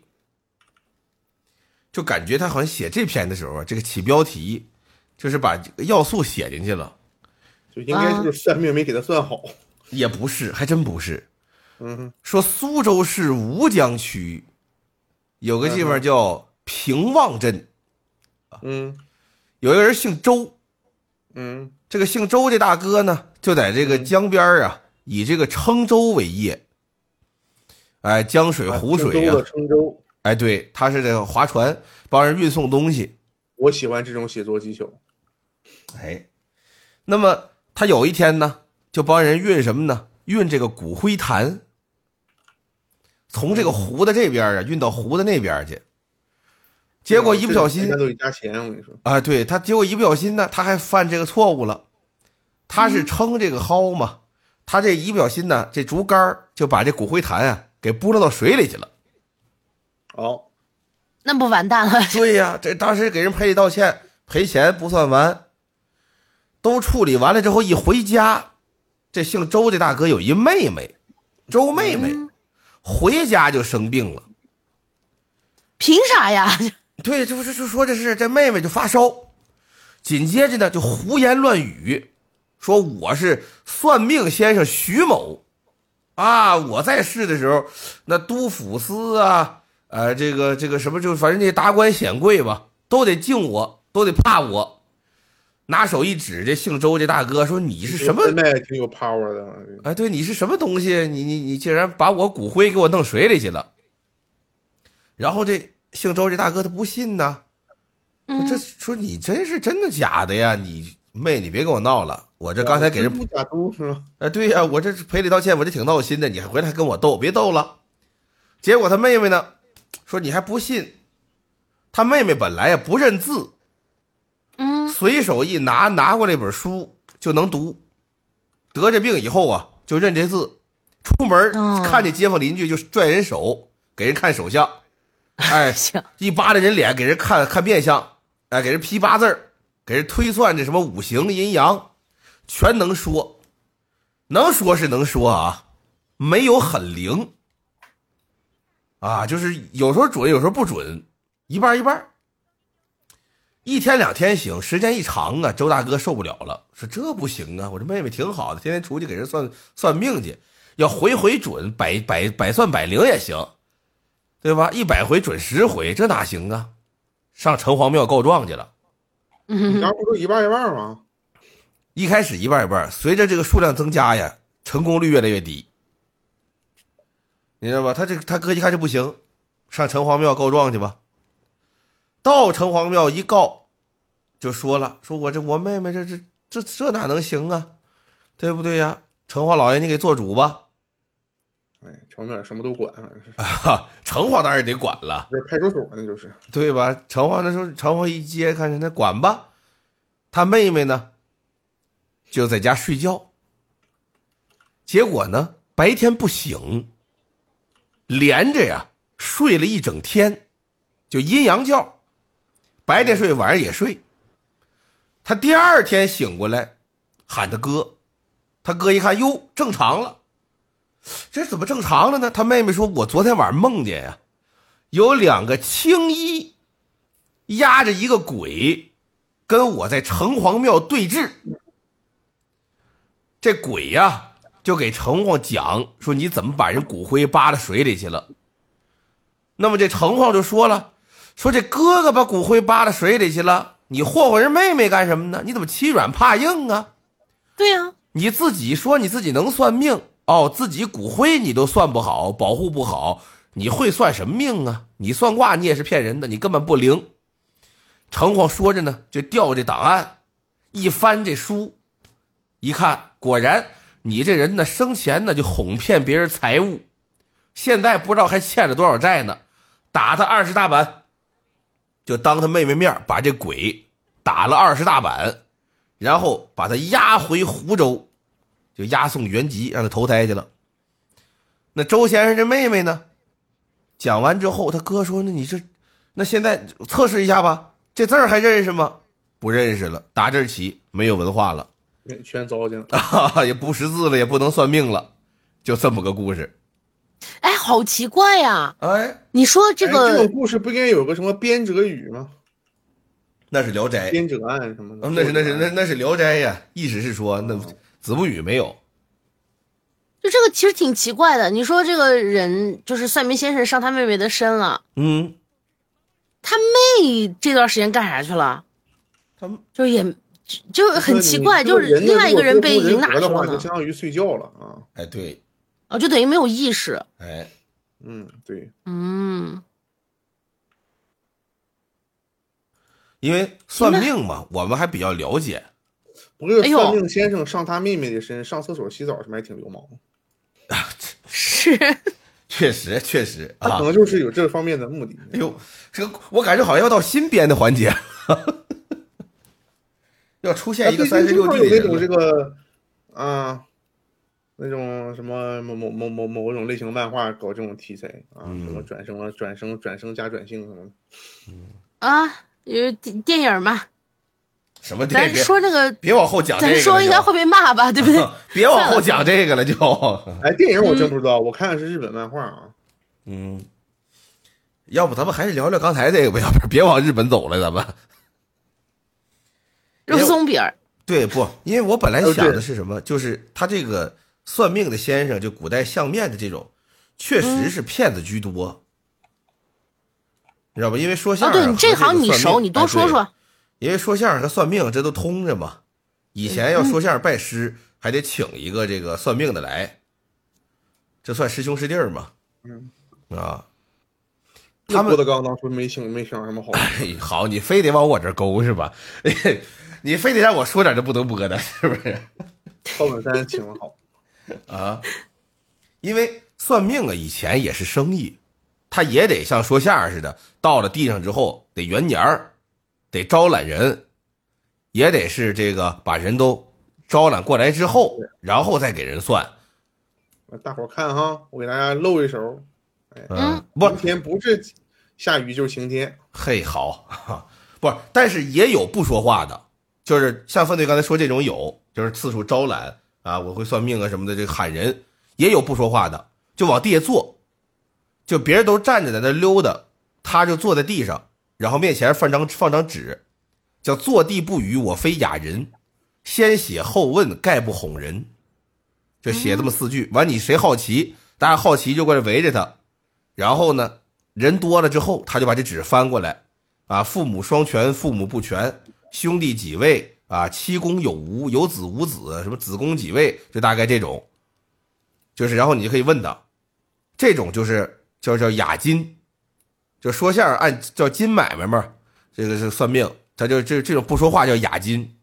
B: 就感觉他好像写这篇的时候啊，这个起标题就是把这个要素写进去了，
C: 就应该
A: 啊
C: 就是算命没给他算好。
B: 也不是，还真不是。
C: 嗯，
B: 说苏州市吴江区有个地方叫平望镇，
C: 嗯
B: 有一个人姓周，
C: 嗯
B: 这个姓周这大哥呢，就在这个江边儿啊，以这个称舟为业。哎，江水、
C: 啊
B: 湖水
C: 郴
B: 啊
C: 州，的郴州，
B: 哎，对，他是这个划船帮人运送东西。
C: 我喜欢这种写作技巧。
B: 哎，那么他有一天呢，就帮人运什么呢？运这个骨灰坛，从这个湖的这边儿啊，运到湖的那边儿去。结
C: 哦
B: 果一不小心
C: 那都得加钱，我跟你说。
B: 啊，对他，结果一不小心呢，他还犯这个错误了。他是称这个蒿嘛，他这一不小心呢，这竹竿儿就把这骨灰坛啊给拨落到水里去了。
C: 好，
A: 那不完蛋了。
B: 对呀、这当时给人赔礼道歉，赔钱不算完，都处理完了之后一回家，这姓周的大哥有一妹妹，周妹妹回家就生病了。
A: 凭啥呀？
B: 对，这不是就说这是这妹妹就发烧，紧接着呢就胡言乱语，说我是算命先生徐某，啊，我在世的时候，那都府司啊，呃，这个这个什么就反正这达官显贵吧，都得敬我，都得怕我，拿手一指这姓周这大哥，说你是什么？
C: 真的挺有 power 的，啊
B: 哎，对，你是什么东西？你你你竟然把我骨灰给我弄水里去了。然后这姓周这大哥他不信呐，说这
A: 嗯，
B: 说你真是真的假的呀？你妹，你别跟我闹了，我这刚才给人
C: 不假都是吧？
B: 啊，对呀、我这赔礼道歉，我这挺闹心的，你还回来还跟我斗，别斗了。结果他妹妹呢，说你还不信，他妹妹本来也不认字，
A: 嗯，
B: 随手一拿拿过来一本书就能读。得这病以后啊，就认这字，出门
A: 哦，
B: 看见街坊邻居就拽人手，给人看手相，哎
A: 行，
B: 一扒拉人脸给人看看面相，哎，给人批八字儿给人推算这什么五行阴阳，全能说，能说是能说啊，没有很灵，啊，就是有时候准，有时候不准，一半儿一半儿。一天两天行，时间一长啊，周大哥受不了了，说这不行啊，我这妹妹挺好的，天天出去给人算算命去，要回回准，百百百算百灵也行。对吧？一百回准十回，这哪行啊？上城隍庙告状去了。
C: 你
A: 嗯
C: 刚不说一半一半吗？
B: 一开始一半一半，随着这个数量增加呀，成功率越来越低。你知道吧？他这他哥一看这不行，上城隍庙告状去吧。到城隍庙一告，就说了，说我这我妹妹这这这这哪能行啊？对不对呀？城隍老爷，你给做主吧。
C: 哎，城面什么都管，反正是
B: 哈，城隍当然得管了。
C: 这派出所那就是
B: 对吧？城隍那时候，城隍一接，看见他管吧，他妹妹呢，就在家睡觉。结果呢，白天不醒，连着呀睡了一整天，就阴阳觉，白天睡，晚上也睡。他第二天醒过来，喊他哥，他哥一看，哟，正常了。这怎么正常了呢？他妹妹说：“我昨天晚上梦见呀、有两个青衣压着一个鬼，跟我在城隍庙对峙。这鬼呀、就给城隍讲说你怎么把人骨灰扒到水里去了。那么这城隍就说了，说这哥哥把骨灰扒到水里去了，你霍霍人妹妹干什么呢？你怎么欺软怕硬啊？
A: 对呀，
B: 你自己说你自己能算命哦，自己骨灰你都算不好，保护不好，你会算什么命啊？你算卦你也是骗人的，你根本不灵。城隍说着呢，就调这档案，一翻这书，一看果然你这人呢，生前呢就哄骗别人财物，现在不知道还欠了多少债呢，打他二十大板，就当他妹妹面把这鬼打了二十大板。然后把他押回湖州，就押送原籍，让他投胎去了。那周先生这妹妹呢？讲完之后，他哥说：“那你这，那现在测试一下吧，这字儿还认识吗？不认识了，打这儿起没有文化了，
C: 全糟践了。
B: 啊，也不识字了，也不能算命了，就这么个故事。
A: 哎，好奇怪呀，
B: 哎，
A: 你说这
C: 哎这
A: 个
C: 种故事不应该有个什么编者语吗？
B: 那是《聊斋》
C: 编者案什么的
B: 嗯，，那是那是那那是《聊斋》呀。意思是说，那子不语没有，
A: 就这个其实挺奇怪的。你说这个人就是算命先生上他妹妹的身了，
B: 嗯，
A: 他妹这段时间干啥去了？
B: 他们
A: 就也就就很奇怪，
C: 这
A: 就
C: 个
A: 是
C: 人呢
A: 另外一个人被
C: 如果
A: 引
C: 人
A: 哪
C: 活
A: 去
C: 的
A: 了
C: 话，就
A: 呢？
C: 相当于睡觉了啊。
B: 哎对，
A: 啊，就等于没有意识。
B: 哎，
C: 嗯，对，
A: 嗯，
B: 因为算命嘛，我们还比较了解，
C: 不过这
A: 哎
C: 个
A: 呦
C: 算命先生上他妹妹的身，上厕所洗澡什么还挺流氓，
B: 啊
A: 是，
B: 确实，确实
C: 他
B: 啊
C: 可。能就是有这方面的目的。
B: 哎呦，这个我感觉好像要到新编的环节了， 要出现一个
C: 啊
B: 三
C: 最
B: 十
C: 近
B: 六
C: 经常有
B: 计的
C: 那种这
B: 人了。
C: 个啊，那种什么某某某某某种类型漫画搞这种题材啊，
B: 嗯
C: 什么转生啊、转生、转生加转性什么的。
A: 啊，有电电影嘛，
B: 什么电
A: 咱
B: 影？
A: 说那个，
B: 别往后讲这个
A: 咱
B: 了就，
A: 说应该会被骂吧，对 不对？
B: 别往后讲这个了，就
C: 哎，电影我真不知道，我看的是日本漫画啊。
B: 嗯。要不咱们还是聊聊刚才这个吧，要不然别往日本走了，咱们
A: 肉松饼儿，
B: 对不？因为我本来
A: 哦
C: 呃对
B: 想的是什么，就是他这个算命的先生，就古代相面的这种，确
A: 嗯
B: 实是骗子居多，你知道吧？因为说
A: 啊，
B: 相声
A: 哦对
B: 和
A: 你这行你
B: 算
A: 熟，
B: 命
A: 你多
B: 哎
A: 说
B: 对
A: 说。
B: 因为说相声和算命这都通着嘛。以前要
A: 嗯
B: 说相声拜师，还得请一个这个算命的来，这算师兄师弟儿嘛。
C: 嗯
B: 啊，
C: 那
B: 他们
C: 郭德纲当初没请没请上什么好，
B: 嘿好，你非得往我这儿勾是吧？ 你非得让我说点这不能播的，是不是？
C: 赵本山请了好，
B: 啊，因为算命啊，以前也是生意，他也得像说相声似的，到了地上之后得圆年儿，得招揽人，也得是这个把人都招揽过来之后，然后再给人算。
C: 大伙儿看哈，我给大家露一手，
A: 嗯，
B: 不
C: 今，天不是下雨就是晴天，
B: 嘿，好，不是，但是也有不说话的，就是像范队刚才说这种有，就是次数招揽啊，我会算命啊什么的，这个喊人也有不说话的，就往地下坐，就别人都站着在那溜达，他就坐在地上，然后面前放张放张纸，叫“坐地不语，我非雅人，先写后问，概不哄人”，就写这么四句。完，你谁好奇，大家好奇就过来围着他，然后呢，人多了之后，他就把这纸翻过来，啊，父母双全，父母不全，兄弟几位啊，七公有无，有子无子，什么子公几位，就大概这种，就是然后你就可以问他，这种就是叫叫雅金，就说相声按叫金买卖嘛，这个是算命，他就这这种不说话叫雅金，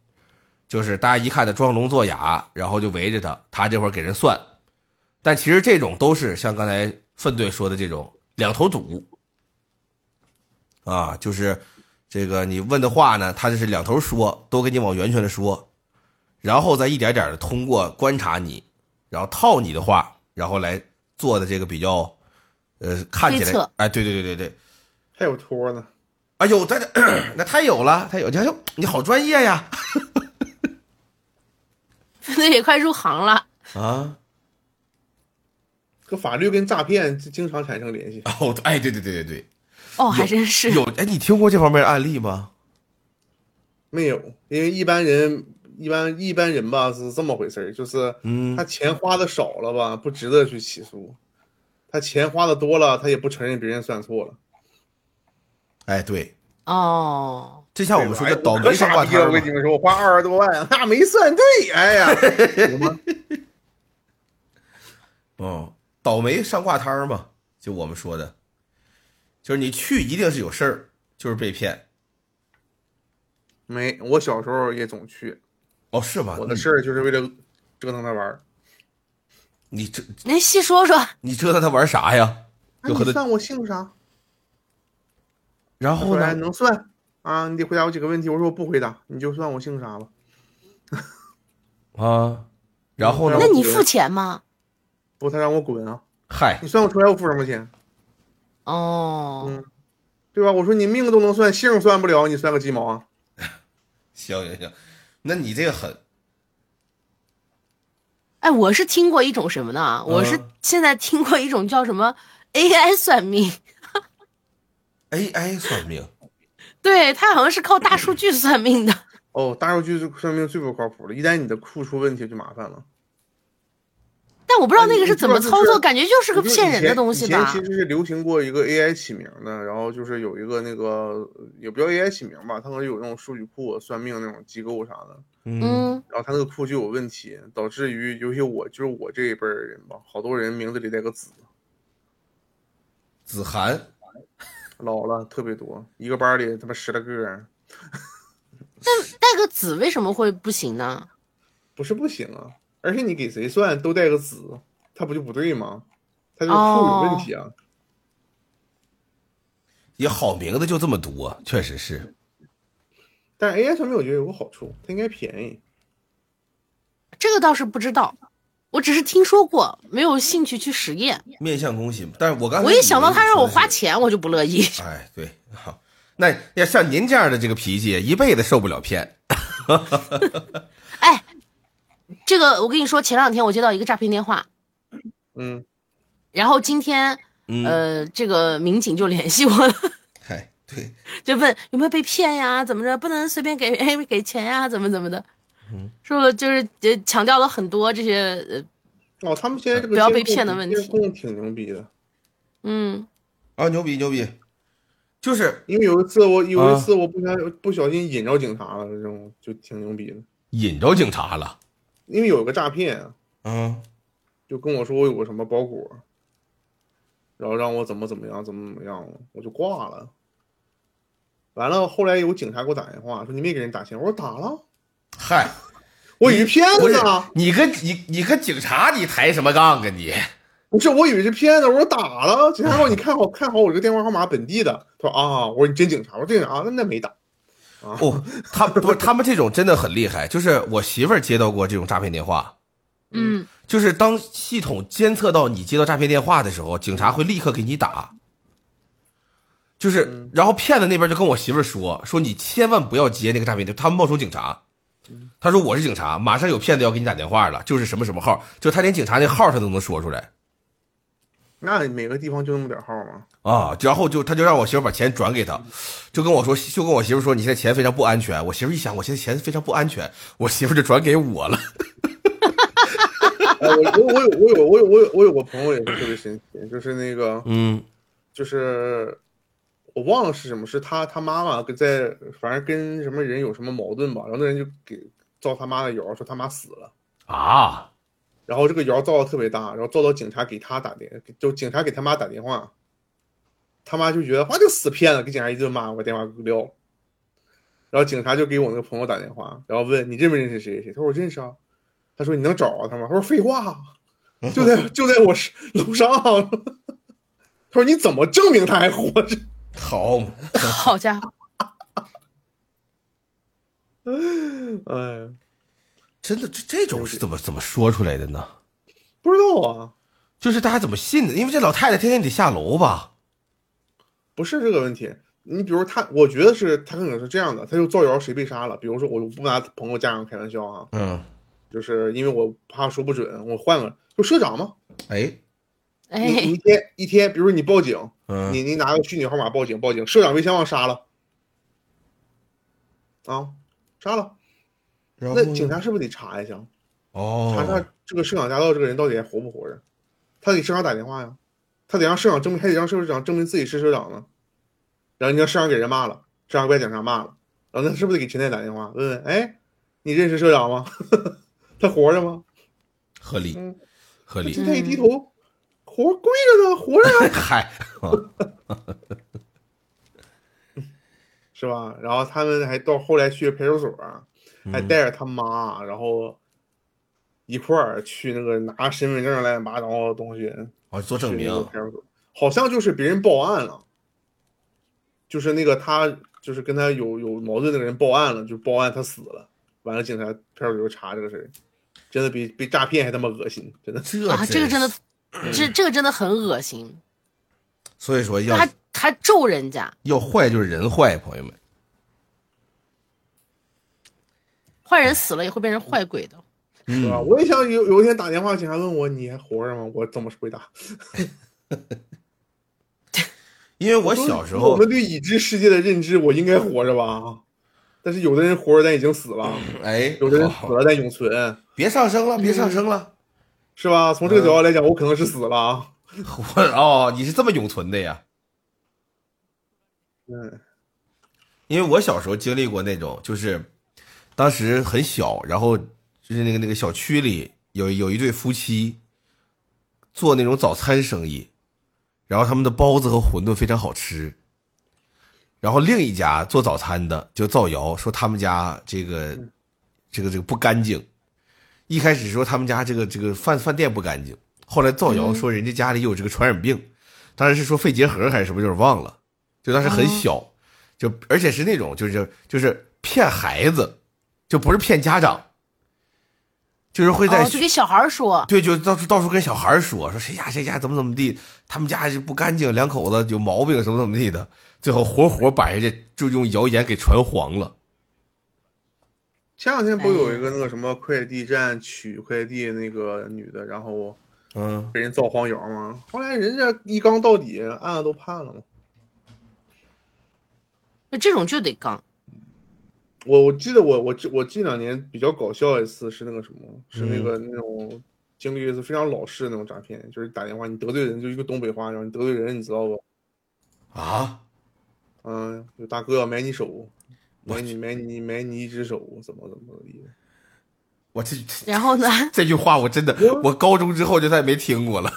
B: 就是大家一看他装聋作哑，然后就围着他，他这会儿给人算，但其实这种都是像刚才粪队说的这种两头堵，啊，就是这个你问的话呢，他就是两头说，都给你往圆圈里说，然后再一点点的通过观察你，然后套你的话，然后来做的这个比较，呃，看起
A: 推
B: 来
A: 测，
B: 哎，对对对对对。
C: 还有托呢，
B: 哎呦，他 这那太有了，他有，哎呦，你好专业呀！
A: 那也快入行了。
B: 啊，
C: 和法律跟诈骗经常产生联系。
B: 哦，哎，对对对对
A: 哦，还真是
B: 对，有，哎，你听过这方面的案例吗？
C: 没有，因为一般人一般一般人吧是这么回事儿，就是
B: 嗯
C: 他钱花的少了吧，不值得去起诉；他钱花的多了，他也不承认别人算错了。
B: 哎，对，
A: 哦，
B: 就像我们说的倒霉上
C: 傻
B: 挂
C: 逼
B: 摊
C: 了，哎我
B: 嘛
C: 跟你，们说，我花二十多万，那没算对，哎呀，有吗
B: 嗯，倒霉上挂摊儿嘛，就我们说的，就是你去一定是有事儿，就是被骗。
C: 没，我小时候也总去，
B: 哦，是吗？
C: 我
B: 那
C: 的事儿就是为了折腾他玩儿。
B: 你折
A: 您细说说。
B: 你折腾他玩啥呀？嗯
C: 那
B: 有可
C: 哎你
B: 能，
C: 算我姓啥？
B: 然
C: 他
B: 后
C: 说哎
B: 呢？
C: 能算啊？你得回答我几个问题。我说我不回答，你就算我姓啥吧。
B: 啊，然后呢
A: 那？你
C: 我
A: 付钱吗？
C: 不，他让我滚啊！
B: 嗨
C: 你，算我出来，我付什么钱？
A: 哦，
C: 嗯对吧？我说你命都能算，姓算不了，你算个鸡毛啊？
B: 行行行，那你这个狠，
A: 哎，我是听过一种什么呢？我是
B: 嗯
A: 现在听过一种叫什么 AI 算命，
B: AI 哎算命，
A: 对，它好像是靠大数据算命的。
C: 哦，大数据算命最不靠谱了，一旦你的库出问题就麻烦了。
A: 但我不知道那
C: 哎
A: 个
C: 你
A: 是
C: 知
A: 怎
C: 道
A: 么
C: 就
A: 操
C: 是
A: 作，感觉就是个
C: 就
A: 骗人
C: 以
A: 的
C: 前
A: 东
C: 以
A: 西
C: 前
A: 吧
C: 其。实是流行过一个 AI 起名的，然后就是有一个那个也不叫 AI 起名吧，它可能有那种数据库啊算命那种机构啥的，
B: 嗯
A: 嗯，
C: 然后它那个库就有问题，导致于尤其我就是我这一辈儿人吧，好多人名字里带个子，
B: 子涵。
C: 老了特别多，一个班里他妈十来个人，
A: 带个子为什么会不行呢？
C: 不是不行啊，而且你给谁算都带个子，他不就不对吗？他这个库
A: 哦
C: 有问题啊。
B: 也好名字就这么多，确实是。
C: 但是 AI 算命我觉得有个好处，它应该便宜。
A: 这个倒是不知道，我只是听说过，没有兴趣去实验。
B: 面向恭喜，但是我刚才
A: 我一想到他让我花
B: 钱，
A: 钱，我就不乐意。
B: 哎，对，好，那要像您这样的这个脾气，一辈子受不了骗。
A: 哎，这个我跟你说，前两天我接到一个诈骗电话，
C: 嗯，
A: 然后今天
B: 嗯，
A: 呃，这个民警就联系我了，
B: 嗨，对，
A: 就问有没有被骗呀，怎么着，不能随便给哎给钱呀，怎么怎么的。
C: 嗯
A: 说了就是呃强调了很多这些呃
C: 哦，他们现在这个
A: 不要
C: 监
A: 被
C: 控
A: 骗的问题
C: 监控挺牛逼的。
A: 嗯
B: 啊，牛逼牛逼，就是
C: 因为有一次我有
B: 啊
C: 一次我不小不小心引着警察了，这种就挺牛逼的。
B: 引着警察了。
C: 因为有个诈骗，啊
B: 嗯，
C: 就跟我说我有个什么包裹，然后让我怎么怎么样，怎么怎么样，我就挂了。完了，后来有警察给我打电话说你没给人打钱，我说打了，
B: 嗨，
C: 我以为骗
B: 不
C: 子啊
B: 是
C: 呢，
B: 你跟你你跟警察你抬什么杠啊你？
C: 不是，我以为是骗子，我说打了。警察说你看好看好我这个电话号码，本地的。他说啊，我说你真警察，我说真警察，啊那那没打。
B: 哦，他不是他们这种真的很厉害，就是我媳妇儿接到过这种诈骗电话，
A: 嗯，
B: 就是当系统监测到你接到诈骗电话的时候，警察会立刻给你打。就是，然后骗子那边就跟我媳妇儿说，说你千万不要接那个诈骗电话，他们冒充警察。他说我是警察，马上有骗子要给你打电话了，就是什么什么号，就他连警察那号他都能说出来
C: 那每个地方就那么点号 吗？
B: 啊。然后就他就让我媳妇儿把钱转给他，就跟我说，就跟我媳妇儿说你现在钱非常不安全。我媳妇儿一想，我现在钱非常不安全，我媳妇儿就转给我了。
C: 哎，我我我有我有我有我有我有个朋友也是特别神奇，就是那个
B: 嗯
C: 就是我忘了是什么，是他他妈妈跟在反正跟什么人有什么矛盾吧，然后那人就给造他妈的谣，说他妈死了。
B: 啊，
C: 然后这个谣造的特别大，然后造到警察给他打电，就警察给他妈打电话，他妈就觉得哇这死骗子，给警察一顿骂，把电话给撂了。然后警察就给我那个朋友打电话，然后问你认不认识谁谁谁，他说我认识啊，他说你能找啊他吗？他说废话，就在就在我是楼上啊，他说你怎么证明他还活着？
B: 好嘛，
A: 好家伙，
C: 哎，
B: 真的这这种是怎么怎么说出来的呢？
C: 不知道啊，
B: 就是大家怎么信的？因为这老太太天天得下楼吧？
C: 不是这个问题。你比如他，我觉得是他可能是这样的，他就造谣谁被杀了。比如说，我不拿朋友家长开玩笑啊，
B: 嗯，
C: 就是因为我怕说不准，我换个就社长嘛，
B: 哎，
C: 你你
A: 哎
C: 一，天一天，比如说你报警，
B: 嗯
C: 你你拿个虚拟号码报警，报警，社长被相忘杀了，啊，杀了，
B: 然
C: 那警察是不是得查一下，查
B: 哦
C: 查，这个社长家暴这个人到底还活不活着？他给社长打电话呀，他得让社长证明，还得让社长证明自己是社长呢。然后你让社长给人骂了，社长被警察骂了，然后那是不是得给陈太打电话问问，哎，你认识社长吗？ 他活着吗？
B: 合理
C: 嗯，
B: 合理
C: 今，天一低头，活跪着呢，活着呢，
B: 嗨，啊
C: 是吧？然后他们还到后来去派出所啊，
B: 嗯
C: 还带着他妈，然后一块儿去那个拿身份证乱七八糟的东西
B: 我做证
C: 去那
B: 明
C: 个派出所，好像就是别人报案了，就是那个他就是跟他有有矛盾那个人报案了，就报案他死了，完了警察派出所就查这个事儿，真的比比诈骗还他妈恶心，真的。
B: 这
A: 啊，这个真的
B: 是，，
A: 这这个真的很恶心，
B: 所以说要
A: 还还咒人家，
B: 要坏就是人坏，朋友们，
A: 坏人死了也会变成坏鬼的。
B: 嗯
C: 是吧？我也想有有一天打电话，警察问我你还活着吗？我怎么回答？
B: 因为我小时
C: 我
B: 候
C: 们，对已知世界的认知，我应该活着吧？但是有的人活着但已经死了，
B: 哎，
C: 有的人
B: 好
C: 死了但永存，
B: 别上升了，别上升了，
C: 是吧？从这个角度来讲，我可能是死了。
B: 我哦，你是这么永存的呀？
C: 嗯，
B: 因为我小时候经历过那种，就是当时很小，然后就是那个那个小区里有有一对夫妻做那种早餐生意，然后他们的包子和馄饨非常好吃。然后另一家做早餐的就造谣说他们家这个
A: 嗯
B: 这个这个不干净，一开始说他们家这个这个饭饭店不干净，后来造谣
A: 嗯
B: 说人家家里有这个传染病，当然是说肺结核还是什么，有点忘了，就当时很小。
A: 哦
B: 就而且是那种就是就是骗孩子，就不是骗家长，就是会在、
A: 哦，就给小孩儿说，
B: 对，就到处到处跟小孩说说谁家谁家怎么怎么地，他们家是不干净，两口子有毛病，怎么怎么地的，最后活活把人家就用谣言给传黄了。
C: 前两天不有一个那个什么快递站取快递那个女的，然后
B: 嗯，
C: 被人造黄谣吗？后来人家一刚到底，案子都判了嘛。
A: 那这种就得刚。
C: 我我记得我我我近两年比较搞笑一次是那个什么，是那个那种经历一次非常老式的那种诈骗，就是打电话你得罪人就一个东北话，然后你得罪人你知道不？
B: 啊，
C: 嗯，有大哥要买你手，买你买你买你一只手，怎么怎么地。
B: 我这
A: 然后呢？
B: 这句话我真的，我高中之后就再也没听过了。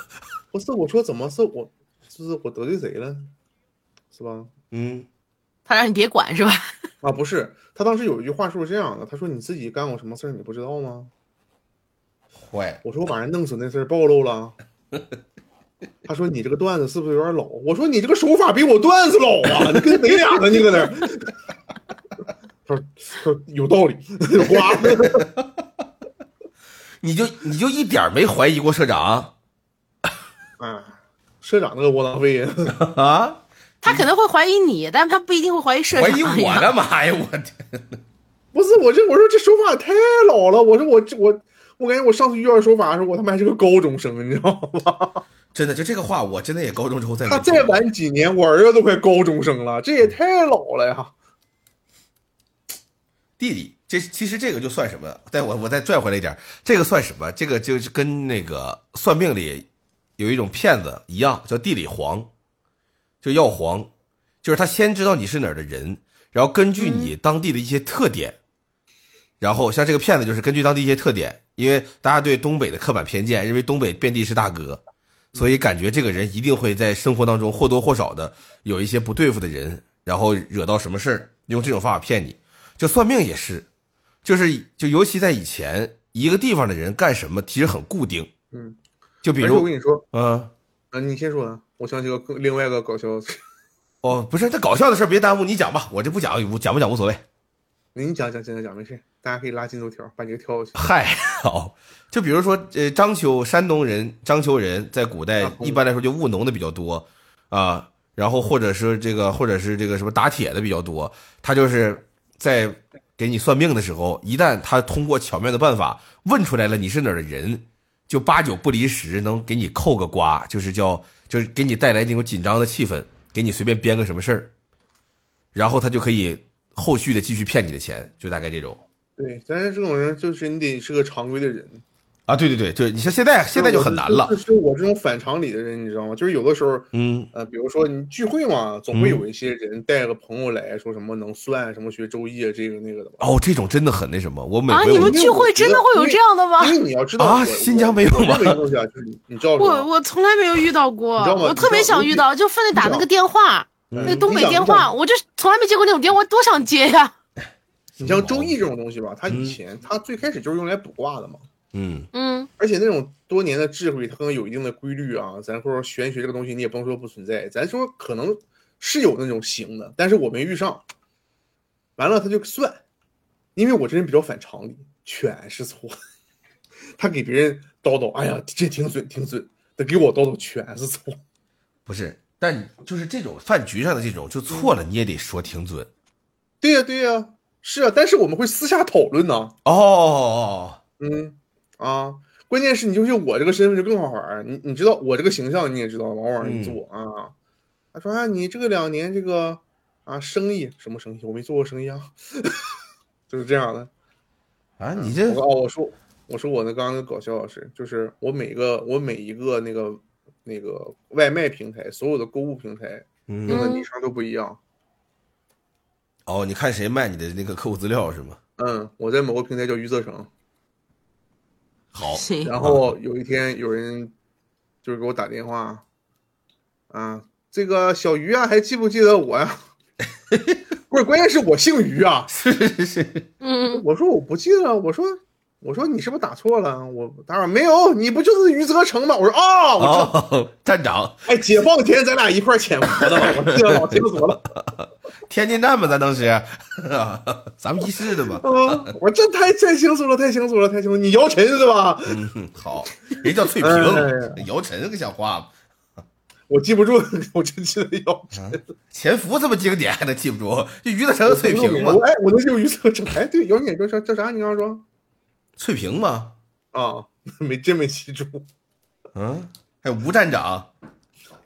C: 不是我说怎么是我，就是我得罪谁了，是吧？
B: 嗯，
A: 他让你别管是吧？
C: 啊，不是，他当时有一句话说是这样的，他说你自己干过什么事儿你不知道吗？
B: 坏
C: 我说我把人弄死那事儿暴露了。他说你这个段子是不是有点老？我说你这个手法比我段子老啊，你跟谁俩呢？你搁那儿？他说他说有道理，有瓜子。
B: 你就你就一点没怀疑过社 长
C: 哎，社长那个窝囊废，
B: 啊？
A: 他可能会怀疑你，但他不一定会怀疑社
B: 怀
A: 长。
B: 疑我干嘛呀？我天，
C: 不是我这我说这手法太老了，我说我这我我感觉我上次遇到手法的时候，我他妈还是个高中生，你知道
B: 嗯
C: 吗？
B: 真的就这个话，我真的也高中之后再
C: 他
B: 没听过
C: 再晚几年，我儿子都快高中生了，这也太老了呀！
B: 弟弟，这其实这个就算什么？但我我再拽回来一点，这个算什么？这个就是跟那个算命里有一种骗子一样，叫地理黄，就药黄，就是他先知道你是哪儿的人，然后根据你当地的一些特点，然后像这个骗子就是根据当地一些特点，因为大家对东北的刻板偏见，认为东北遍地是大哥，所以感觉这个人一定会在生活当中或多或少的有一些不对付的人，然后惹到什么事儿，用这种方法骗你。就算命也是，就是就尤其在以前，一个地方的人干什么其实很固定，
C: 嗯，
B: 就比
C: 而且我
B: 如
C: 跟你说，
B: 嗯
C: 啊，你先说完，我想起个更另外一个搞笑 的事，
B: 哦不是，那搞笑的事儿别耽误你讲吧，我这不讲无讲不讲无所谓。
C: 您讲讲讲讲讲，没事，大家可以拉筋斗条，把你这个跳下去。
B: 嗨，好，就比如说，呃，章丘，山东人，章丘人在古代
C: 啊
B: 一般来说就务农的比较多啊，然后或者是这个，或者是这个什么打铁的比较多。他就是在给你算命的时候，一旦他通过巧妙的办法问出来了你是哪儿的人，就八九不离十，能给你扣个瓜，就是叫就是给你带来那种紧张的气氛，给你随便编个什么事儿，然后他就可以后续的继续骗你的钱，就大概这种。
C: 对，但是这种人就是你得是个常规的人，
B: 啊，对对对，对，你像现在现在就很难了
C: 就。是我这种反常理的人，你知道吗？就是有的时候，
B: 嗯，
C: 呃，比如说你聚会嘛，总会有一些人带个朋友来说什么能算，什么学周易啊，这个那个的吧。
B: 哦，这种真的很那什么，我每
A: 啊，
B: 回
A: 你
B: 我
A: 们聚会真的会有这样的吗？
C: 因为你要知道
B: 啊
C: 我
B: 新疆没有
C: 我
B: 吗
C: 这个东西啊，就是你你知道什
A: 我
C: 么？
A: 我从来没有遇到过
C: 你知道，吗
A: 我特别想遇到，就非得打那个电话，
B: 嗯
A: 那东北
C: 你想
A: 电
C: 你想
A: 话，我就从来没接过那种电话，多想接呀。
C: 你像周易这种东西吧，它以前它最开始就是用来卜卦的嘛，
B: 嗯
A: 嗯，
C: 而且那种多年的智慧，它可能有一定的规律啊。咱说玄学这个东西，你也不能说不存在，咱说可能是有那种行的，但是我没遇上。完了他就算，因为我这人比较反常理，全是错。 他给别人叨叨，哎呀，这挺准，挺准。他给我叨叨全是错，
B: 不是，但你就是这种饭局上的这种，就错了你也得说挺准。
C: 对呀、对呀、是啊。但是我们会私下讨论呢、
B: 哦，
C: 嗯，啊，关键是你就是我这个身份就更好玩儿，你你知道我这个形象你也知道，往往一做
B: 嗯
C: 啊，他说啊，你这个两年这个啊生意什么生意，我没做过生意啊， 就是这样的。
B: 啊，你这
C: 我哦，我说我说我那刚刚那搞笑的事，就是我每个我每一个那个那个外卖平台，所有的购物平台用
B: 嗯
C: 的昵称都不一样。
B: 哦，你看谁卖你的那个客户资料是吗？
C: 嗯，我在某个平台叫余则成，
B: 好，
A: 行，
C: 然后有一天有人就是给我打电话，啊，这个小鱼啊，还记不记得我呀、 不是，关键是我姓于啊。
A: 嗯，
C: 我说我不记得了，我说我说你是不是打错了？我打扰没有，你不就是余则成吗？我说啊，我知道。
B: 哦， 站长，
C: 哎，解放前咱俩一块儿潜伏的嘛，我记得老清楚了。
B: 天津站吧，咱当时， 咱们一市的嘛。
C: 啊，我说这太太清楚了，太清楚了，太清楚了。你姚晨是吧？
B: 嗯，哼好，人叫翠
C: 哎
B: 萍，姚晨个像话吗？
C: 我记不住，我真记得姚晨。
B: 潜伏这么经典还能记不住？就于德成、翠萍嘛
C: 我，哎，我能记住余则成。哎，对，姚姐叫啥叫啥？你刚刚说？
B: 翠萍嘛，
C: 啊， 没真没记住。
B: 嗯，还有吴站长，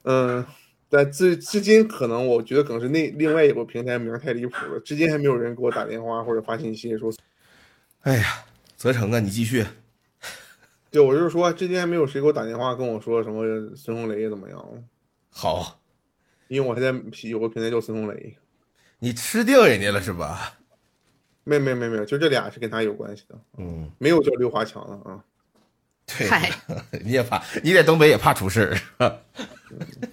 C: 嗯，但至至今可能我觉得可能是那另外有个平台名儿太离谱了，至今还没有人给我打电话或者发信息说，
B: 哎呀，泽成啊，你继续。
C: 对我就是说，至今还没有谁给我打电话跟我说什么孙红雷怎么样，
B: 好，
C: 因为我还在有个平台叫孙红雷，
B: 你吃定人家了是吧？
C: 没有没有没有没有，就这俩是跟他有关系的，
B: 嗯，
C: 没有叫刘华强了啊。
B: 对
A: 嗨，
B: 你也怕，你在东北也怕出事儿。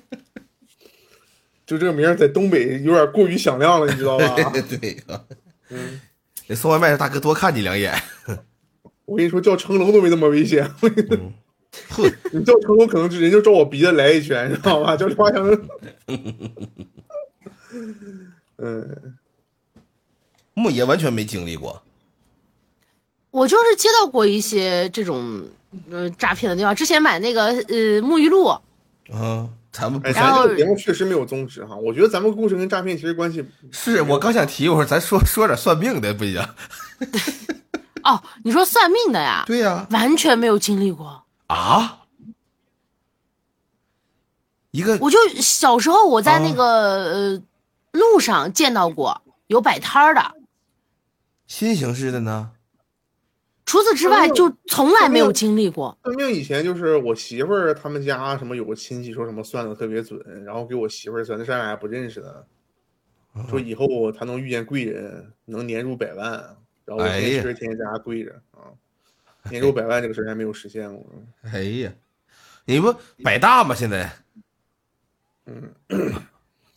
C: 就这个名儿在东北有点过于响亮了，你知道吧？
B: 对呀，
C: 嗯，
B: 那送外卖的大哥多看你两眼，
C: 我跟你说，叫成龙都没那么危险。
B: 哼，
C: 你叫成龙，可能就人就照我鼻子来一拳，知道吧？叫刘华强。嗯，
B: 木爷完全没经历过。
A: 我就是接到过一些这种呃诈骗的电话，之前买那个呃沐浴露，
B: 嗯，咱们不
C: 哎，
B: 是
A: 然
C: 咱
A: 后
C: 这个节目确实没有宗旨哈。我觉得咱们故事跟诈骗其实关系
B: 是我刚想提，我说咱说说点算命的不行？
A: 哦，你说算命的呀，
B: 对呀、
A: 完全没有经历过。
B: 啊，一个
A: 我就小时候我在那
B: 啊
A: 个、呃路上见到过有摆摊儿的，
B: 新形式的呢，
A: 除此之
C: 哎
A: 外
C: 呦
A: 就从来没有经历过。
C: 算命以前就是我媳妇儿他们家什么有个亲戚说什么算的特别准，然后给我媳妇儿算，那咱俩还不认识呢，说以后他能遇见贵人，能年入百万，然后我
B: 哎
C: 天
B: 呀
C: 天天天在家跪着啊，年入百万这个事儿还没有实现过。
B: 哎呀，你不百大吗？现在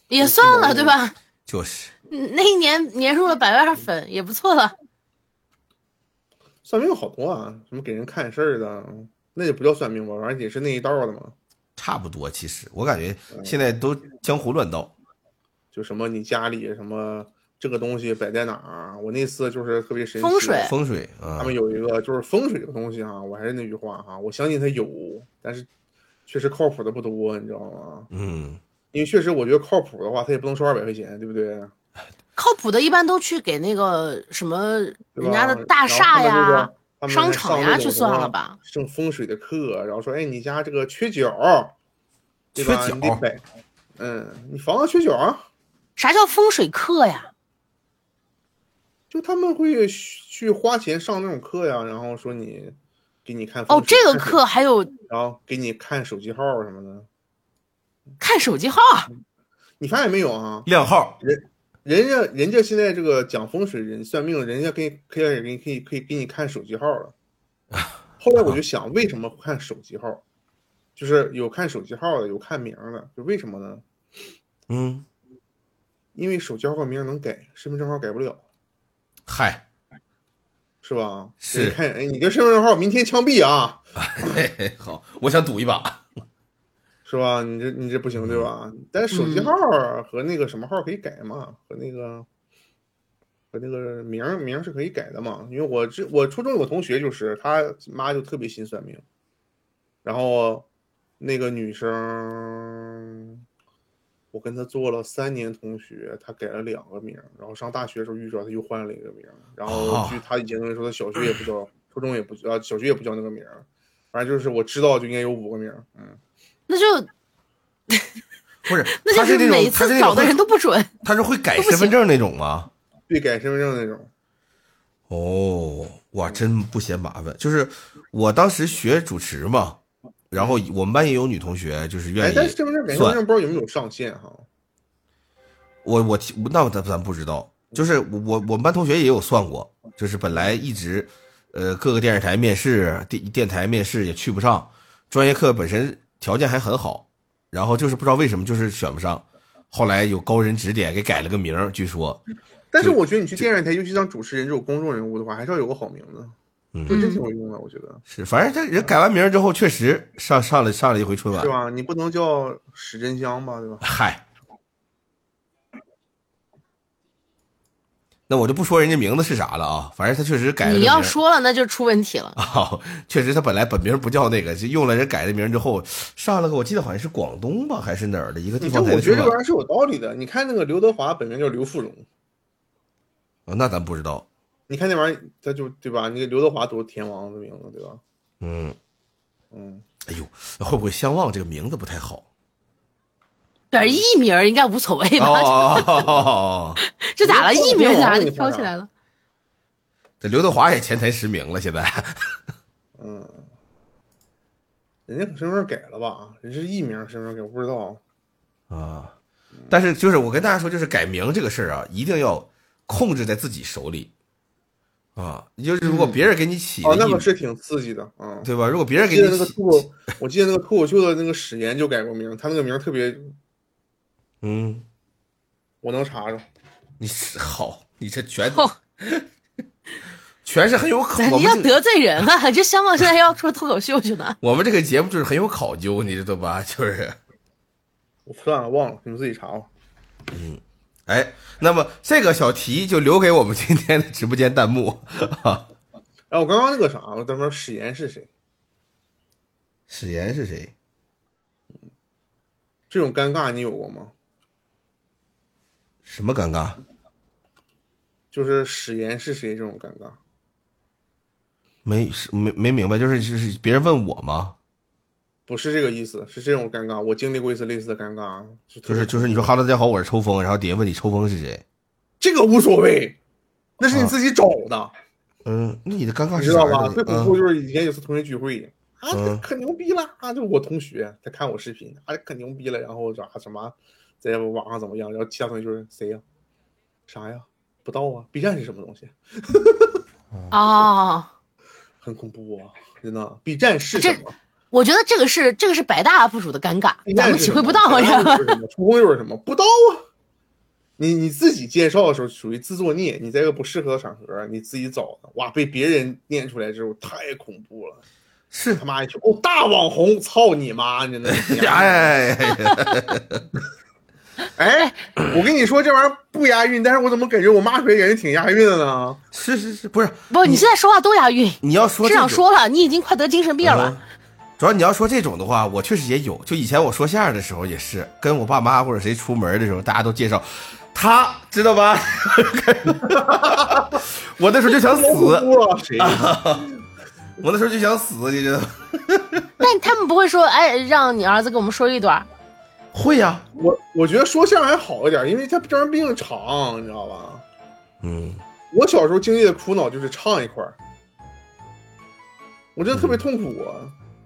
A: 也算了，对吧？
B: 就是
A: 嗯那一年年入了百万粉也不错了。
C: 算命好多啊，什么给人看事儿的，那也不叫算命吧，反正也是那一道的嘛，
B: 差不多。其实我感觉
A: 嗯
B: 现在都江湖乱道，
C: 就什么你家里什么这个东西摆在哪儿，我那次就是特别神奇，
A: 风水
B: 风水啊
C: 他，们有一个就是风水这个东西啊，我还是那句话哈、我相信它有，但是确实靠谱的不多，你知道吗？
B: 嗯，
C: 因为确实我觉得靠谱的话，他也不能收二百块钱，对不对？
A: 靠谱的，一般都去给那个什么
C: 对
A: 人
C: 吧
A: 家的大
C: 然
A: 厦
C: 后他们这
A: 呀
C: 个、他们
A: 商
C: 还
A: 场
C: 上
A: 呀
C: 那种
A: 去
C: 什
A: 算
C: 么
A: 了吧。
C: 这种风水的课，然后说，哎，你家这个缺角，对吧？
B: 缺角
C: 你得摆，嗯，你房子缺角，啊
A: 啥叫风水课呀？
C: 就他们会去花钱上那种课呀，然后说你给你看
A: 哦，
C: 风水
A: 这个
C: 看手
A: 课还有
C: 然后给你看手机号什么的，
A: 看手机号啊，
C: 你发现没有啊？
B: 靓号
C: 人家人家现在这个讲风水人算命，人家可以可以给你可以可以给你看手机号了。后来我就想，为什么不看手机号？就是有看手机号的，有看名儿的，就为什么呢？
B: 嗯，
C: 因为手机号和名儿能改，身份证号改不了，
B: 嗨，
C: 是吧？
B: 是
C: 你看，哎，你这身份证号明天枪毙啊，
B: 嘿嘿好，我想赌一把，
C: 是吧？你这你这不行，对吧？但是手机号儿和那个什么号儿可以改嘛，和那个和那个名儿名儿是可以改的嘛。因为我这我初中有个同学就是他妈就特别信算命，然后那个女生，我跟她做了三年同学，她改了两个名儿，然后上大学的时候遇着她又换了一个名儿，然后
B: 哦
C: 据她以前说，她小学也不叫，初中也不叫，小学也不叫那个名儿，反正就是我知道就应该有五个名儿，嗯。
A: 那就
B: 不是，
A: 那
B: 他
A: 就是
B: 那
A: 每
B: 种他是
A: 次
B: 那
A: 找
B: 种
A: 的人
B: 会
A: 都不准。
B: 他是会改
A: 都不
B: 身份
A: 行
B: 证那种吗？
C: 对，改身份证那种。
B: 哦，哇，真不嫌麻烦。就是我当时学主持嘛，然后我们班也有女同学，就是愿
C: 哎，
B: 意
C: 但是身份证改身份
B: 算
C: 证不知道有没有上限哈？
B: 我我提那我咱咱不知道，就是我我我们班同学也有算过，就是本来一直，呃，各个电视台面试、电电台面试也去不上，专业课本身条件还很好，然后就是不知道为什么就是选不上，后来有高人指点给改了个名儿，据说，
C: 但是我觉得你去电视台，尤其当主持人这种公众人物的话，还是要有个好名字，就
B: 嗯，
C: 这挺有用的，我觉得，
B: 是，反正这人改完名儿之后，确实上上了上了一回春晚
C: 对，吧？你不能叫史珍香吧，对吧？
B: 嗨，那我就不说人家名字是啥了啊，反正他确实改了个
A: 你
B: 名
A: 要
B: 儿。
A: 说了，那就出问题了。
B: 啊、 确实他本来本名不叫那个，就用了人改的名之后，上了个我记得好像是广东吧还是哪儿的一个地
C: 你这
B: 方台
C: 嗯我
B: 的
C: 觉得
B: 春
C: 这
B: 晚
C: 玩意儿是有道理的。你看那个刘德华本名叫刘富荣，
B: 啊那咱不知道，
C: 你看那玩意儿，他就对吧？你刘德华多天王的名字，对吧？
B: 嗯，
C: 嗯，
B: 哎呦，会不会相望这个名字不太 好？
A: 反正艺名儿应该无所谓
B: 哦
A: 吧？
B: 哦哦哦哦，
A: 这咋了？
C: 你
A: 艺名儿咋
C: 你啊
A: 给
C: 你
A: 挑起来了？
B: 这刘德华也前台实名了，现在
C: 人家可身份证改了吧？人是艺名，身份证改，我不知道。
B: 啊，但是就是我跟大家说，就是改名这个事儿啊，一定要控制在自己手里啊。你就是如果别人给你起
C: 哦，
B: 个艺
C: 那
B: 名，
C: 个是挺刺激的，嗯。
B: 对吧？如果别人
C: 我
B: 给
C: 记得那
B: 你
C: 个
B: 起，
C: 脱口，我记得那个脱口秀的那个史岩就改过名，他那个名特别，
B: 嗯，
C: 我能查着。
B: 你是好，你这全
A: 哦
B: 全是很有考，我
A: 你
B: 们
A: 要
B: 这
A: 得罪人啊！ 这香港现在要出脱口秀去 了，
B: 我们这个节目就是很有考究，你知道吧？就是。
C: 我算了，忘了，你们自己查吧。
B: 哎，那么这个小题就留给我们今天的直播间弹幕啊。
C: 哎，我刚刚那个啥，我咱们史岩是谁？
B: 史岩是谁？
C: 这种尴尬你有过吗？
B: 什么尴尬？
C: 就是史岩是谁这种尴尬？
B: 没是没没明白，就是就是别人问我吗？
C: 不是这个意思，是这种尴尬。我经历过一次类似的尴尬啊，就
B: 就
C: 特别
B: 是就是你说哈喽，大家好，我是抽风，然后底下问你抽风是谁？
C: 这个无所谓，那是你自己找的，
B: 嗯，那你的尴尬
C: 你
B: 是
C: 知
B: 啊啥
C: 道
B: 呀？
C: 吧？
B: 你
C: 最恐怖就是以前有次同学聚会。啊，这
B: 嗯
C: 可牛逼了！啊，就我同学他看我视频，啊，可牛逼了。然后啥什么，在网上怎么样？然后其他同学就是谁呀、啥呀？不到啊！B 站是什么东西？
A: 哦，
C: 很恐怖啊！真的，B 站是
A: 这
C: 什么？
A: 我觉得这个是这个是百大 UP 主的尴尬，
C: B
A: 咱
C: 站
A: 们体
C: 是什
A: 会
C: 么
A: 不到
C: 百
A: 呀
C: 度。是什么？冲锋又是什么？不到啊！你你自己介绍的时候属于自作孽，你在一个不适合的场合，你自己找的，哇，被别人念出来之后太恐怖了。
B: 是
C: 他妈一句哦，大网红，操你妈！你 那
B: 哎哎哎
C: 哎，我跟你说这玩意儿不押韵，但是我怎么感觉我骂出来感觉挺押韵的呢？
B: 是是是，不是
A: 不，你现在说话都押韵，
B: 你要说
A: 是
B: 这
A: 想
B: 种
A: 说了，你已经快得精神病了。
B: 嗯主要你要说这种的话，我确实也有。就以前我说相声的时候，也是跟我爸妈或者谁出门的时候，大家都介绍他，知道吧？ 我那时候就想死，我
C: 哇，谁
B: 那时候就想死，你知道吗？
A: 但他们不会说，哎，让你儿子给我们说一段儿。
B: 会呀、
C: 我我觉得说相声还好一点，因为它这玩意儿毕竟长，你知道吧？
A: 哦
B: 嗯，
C: 我小时候经历的苦恼就是唱一块儿，我真的
B: 嗯
C: 特别痛苦啊，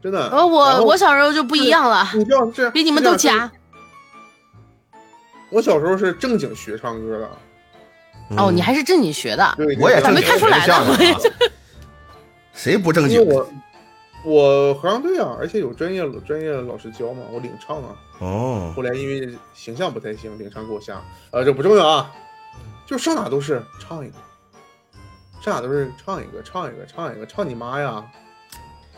C: 真的。
A: 呃，
C: 然
A: 我
C: 后
A: 我小时候就不一样了，
C: 你知道这
A: 比你们都。
C: 是这样
A: 夹。
C: 我小时候是正经学唱歌的，嗯
A: 哦，你还是正经学的，
C: 对，
B: 嗯我也
C: 对
A: 咋
B: 正
A: 没
B: 经
A: 看出来呢
B: 学相声啊谁不正
C: 因
B: 经
C: 为？我我合唱队啊，而且有专业专业老师教嘛，我领唱啊。
B: 哦，
C: 后来因为形象不太行，领唱给我下，呃，这不重要啊，就上哪都是唱一个，上哪都是唱一个，唱一个，唱一个，唱你妈呀！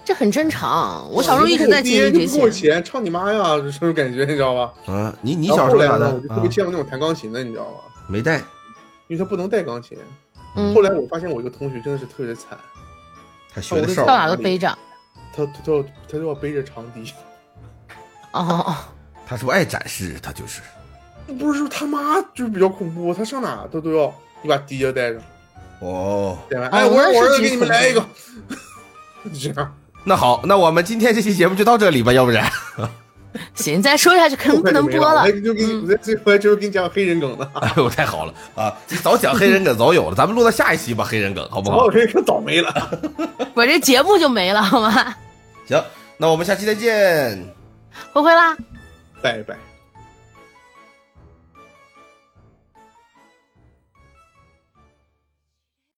A: 这很正常。我小时候一直在经
C: 爹
A: 历这
C: 就不嗯给我
A: 些。
C: 钱，唱你妈呀， 这种感觉你知道吧？
B: 嗯、你你
C: 然后
B: 小时候
C: 后来
B: 咋的
C: 呢，我就特
B: 啊
C: 别？羡慕那种弹钢琴的，你知道吗？
B: 没带，
C: 因为他不能带钢琴。
A: 嗯
C: 后，来我发现我一个同学真的是特别惨，
B: 还学的
A: 到
B: 少
C: 哦。
A: 哪都背着。
C: 他他要他就要背着长笛，
A: 哦哦，
B: 他说爱展示，他就是
C: 不是说他妈就是比较恐怖，他上哪他都要一把笛要带着，
B: 哦。
C: 带完
A: 哦
C: 哎，我
A: 那
C: 让
A: 是
C: 我儿子
A: 挺
C: 给你
A: 恐
C: 们
A: 怖
C: 来一个， 这样。
B: 那好，那我们今天这期节目就到这里吧，要不然。
A: 行，再说下去可能不能播了嗯
C: 我。就给你，我在最后就是给你讲黑人梗的，
B: 哎呦，太好了啊！这早讲黑人梗早有了，咱们录到下一期吧，黑人梗好不
C: 然后
B: 好
C: 我？这梗倒霉了，
A: 我这节目就没了，好吗？
B: 行，那我们下期再见。
A: 不会啦。
C: 拜拜。